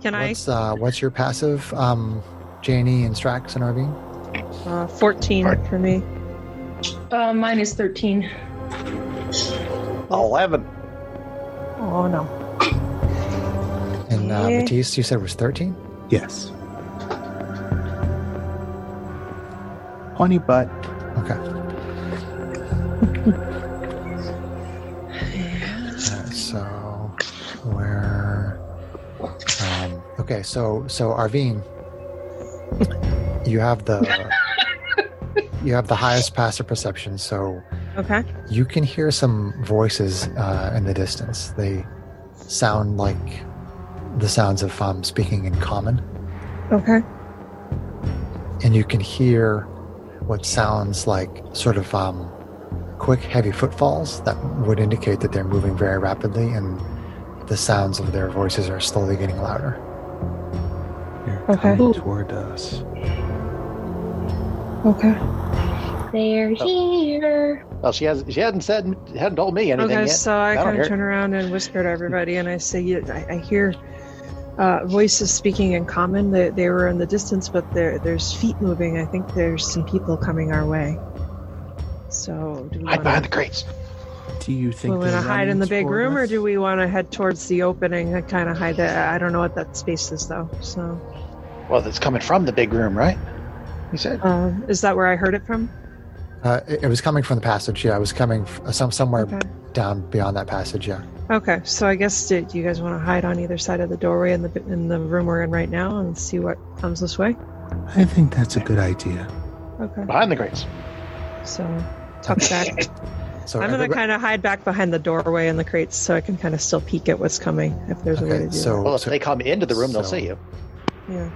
Can I?
What's, uh, what's your passive, um, Janie and Strax and Arvine?
Uh, 14
Pardon.
for me.
Uh, mine is 13.
Eleven.
Oh, no.
And uh,
Yeah.
Matisse, you said was 13?
Yes. Honey butt.
Okay. Alright, so, where. Um, okay, so, so Arvine, you have the. You have the highest passive perception, so
Okay.
you can hear some voices uh, in the distance. They sound like the sounds of um, speaking in common,
Okay.
and you can hear what sounds like sort of um, quick, heavy footfalls that would indicate that they're moving very rapidly, and the sounds of their voices are slowly getting louder.
They're
Okay.
coming toward us.
Okay.
They're here.
Well, Oh, she has. She hadn't said. Hadn't told me anything
Okay,
yet.
so I
I don't
kind
hear
of
it.
turn around and whisper to everybody, and I say, "Yeah, I, I hear uh, voices speaking in common. They, they were in the distance, but there, there's feet moving. I think there's some people coming our way. So, do we
Hide behind
want
the crates.
Do you think
to
they're
hide in the
running
big
toward
room, or
us?
do we want to head towards the opening and kind of hide it? I don't know what that space is, though. So,
Well, that's coming from the big room, right? He said.
um, is that where I heard it from?
Uh, it, it was coming from the passage. Yeah, it was coming f- uh, some somewhere
Okay.
down beyond that passage. Yeah.
Okay, so I guess do, do you guys want to hide on either side of the doorway in the in the room we're in right now and see what comes this way?
I think that's a good idea.
Okay,
Behind the crates.
so tuck back.
So
I'm gonna
everybo-
kind of hide back behind the doorway and the crates so I can kind of still peek at what's coming if there's a way to
okay,
do
so,
Well, if
so
they come into the room, they'll
so-
see you.
that. Yeah.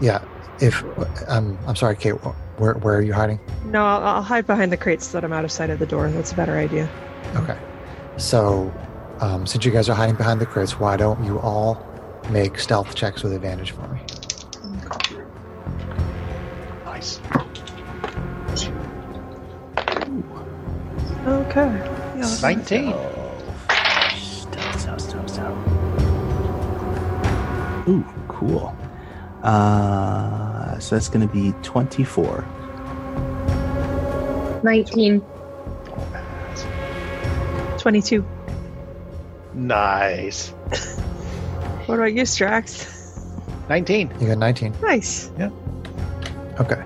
yeah, if um, I'm sorry, Kate, wh- where where are you hiding?
No, I'll, I'll hide behind the crates so that I'm out of sight of the door. That's a better idea.
Okay. So, um, since you guys are hiding behind the crates, why don't you all make stealth checks with advantage for me?
Nice.
Okay. Yeah, let's-
19.
Stealth, stealth, stealth, stealth. Ooh, cool. Uh, so that's going to be 24.
19.
22.
Nice.
What about you, Strax?
19.
You got 19.
Nice.
Okay.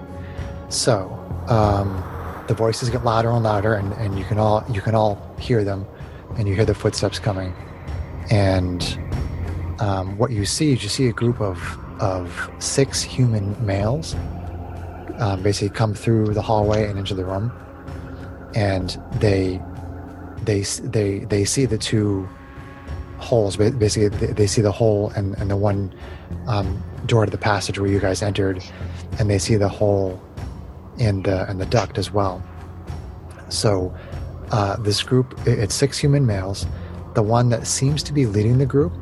So, um, the voices get louder and louder, and, and you can all you can all hear them, and you hear the footsteps coming, and um, what you see is you see a group of of six human males, um, basically come through the hallway and into the room, and they they s- they they see the two holes. ba- Basically, they they see the hole and and the one um, door to the passage where you guys entered and they see the hole in the in the duct as well. So uh, this group i- it's six human males. The one that seems to be leading the group,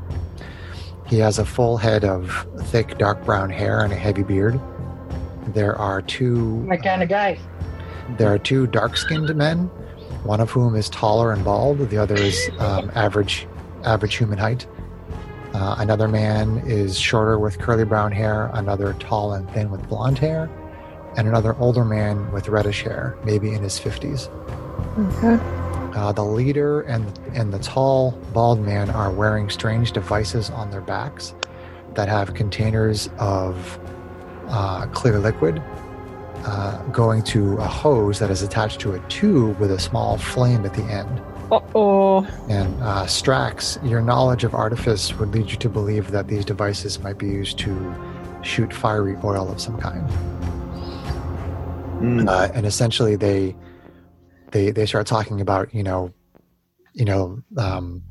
he has a full head of thick dark brown hair and a heavy beard. There are two
My kind
uh,
of guy.
there are two dark-skinned men, one of whom is taller and bald. The other is um, average, average human height. Uh, another man is shorter with curly brown hair. Another tall and thin with blonde hair, and another older man with reddish hair, maybe in his fifties.
Okay.
Uh, the leader and and the tall bald man are wearing strange devices on their backs that have containers of uh, clear liquid uh, going to a hose that is attached to a tube with a small flame at the end.
Uh oh.
And uh, Strax, your knowledge of artifice would lead you to believe that these devices might be used to shoot fiery oil of some kind. Uh, and essentially, they they they start talking about you know you know um,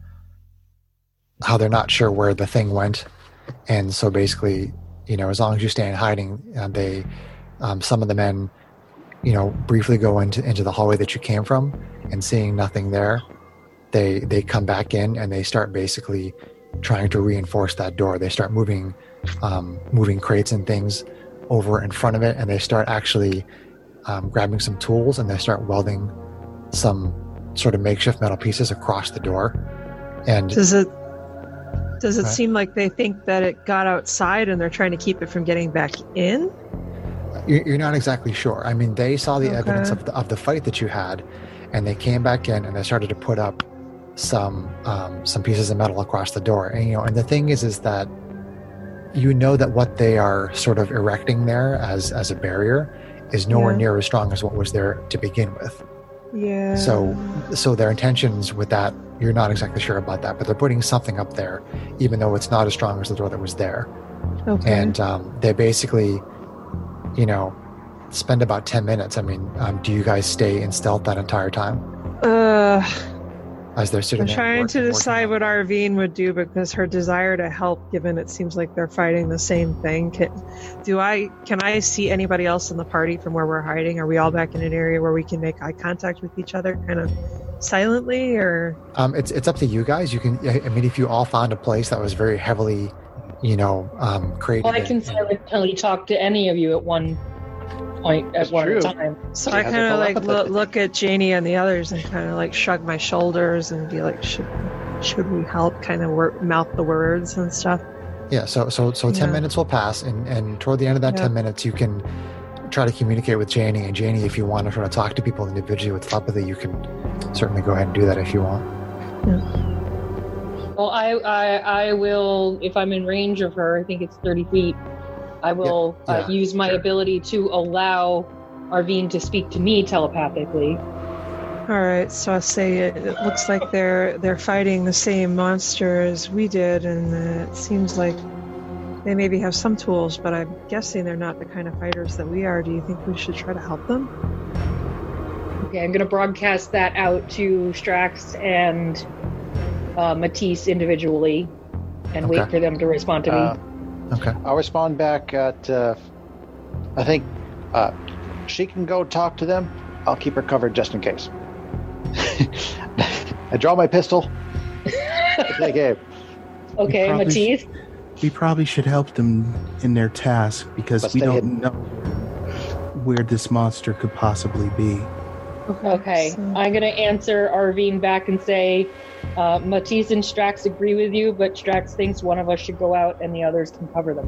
how they're not sure where the thing went, and so basically, you know, as long as you stay in hiding, uh, they um, some of the men you know briefly go into into the hallway that you came from, and seeing nothing there, they they come back in and they start basically trying to reinforce that door. They start moving um, moving crates and things over in front of it, and they start actually um, grabbing some tools and they start welding some sort of makeshift metal pieces across the door. And
Does it does it
Right.
seem like they think that it got outside and they're trying to keep it from getting back in?
you- you're not exactly sure. I mean, they saw the
Okay.
evidence of the, of the fight that you had, and they came back in and they started to put up some um, some pieces of metal across the door. And you know, and the thing is, is that you know that what they are sort of erecting there as as a barrier is nowhere
Yeah.
near as strong as what was there to begin with.
Yeah.
So- So their intentions with that, you're not exactly sure about that, but they're putting something up there, even though it's not as strong as the door that was there
okay.
and um, they basically, you know, spend about ten minutes. I mean, um, do you guys stay in stealth that entire time
uh,
as they're sitting?
I'm
there
trying
working-
to
working
decide
on-
what Arvine would do because her desire to help, given it seems like they're fighting the same thing. Can, do I can I see anybody else in the party from where we're hiding? Are we all back in an area where we can make eye contact with each other, kind of silently, or
Um, it's it's up to you guys. You can. I I mean, if you all found a place that was very heavily, you know, um, created.
Well, I
and-
can silently talk to any of you at one point, at
That's
one
true.
time.
So
She
I
has a
kind of like
telepathy.
loo- look at Janie and the others and kind of like shrug my shoulders and be like, should, should we help? Kind of wor- mouth the words and stuff.
Yeah. So so so ten
Yeah.
minutes will pass, and and toward the end of that
Yeah.
ten minutes, you can try to communicate with Janie. And Janie, if you want to try to talk to people individually with telepathy, you can certainly go ahead and do that if you want.
Well, I, I, I will, if I'm in range of her, I think it's 30 feet, I will
yeah,
uh, use my
sure.
ability to allow Arvine to speak to me telepathically.
All right. So I say it, it looks like they're they're fighting the same monster as we did, and uh, it seems like they maybe have some tools, but I'm guessing they're not the kind of fighters that we are. Do you think we should try to help them?
Okay, I'm going to broadcast that out to Strax and uh, Matisse individually and wait
Okay.
for them to respond to me.
Uh,
Okay.
I'll respond back at, uh, I think uh, she can go talk to them. I'll keep her covered just in case. I draw my pistol. They gave.
okay,
probably
Matisse?
We probably should help them in their task because
Let's
we
stay
don't
hidden.
know where this monster could possibly be.
Okay,
so-
I'm gonna answer Arvine back and say, uh, Matisse and Strax agree with you, but Strax thinks one of us should go out and the others can cover them.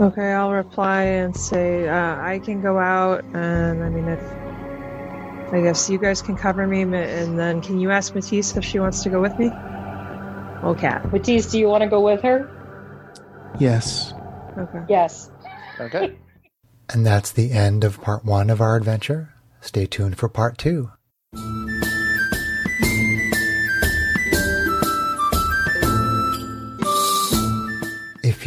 Okay, I'll reply and say uh, I can go out, and I mean, if I guess you guys can cover me, ma- and then can you ask Matisse if she wants to go with me? Oh, cat.
Matisse, do you want to go with her?
Yes.
Okay.
Yes.
Okay.
And that's the end of part one of our adventure. Stay tuned for part two. If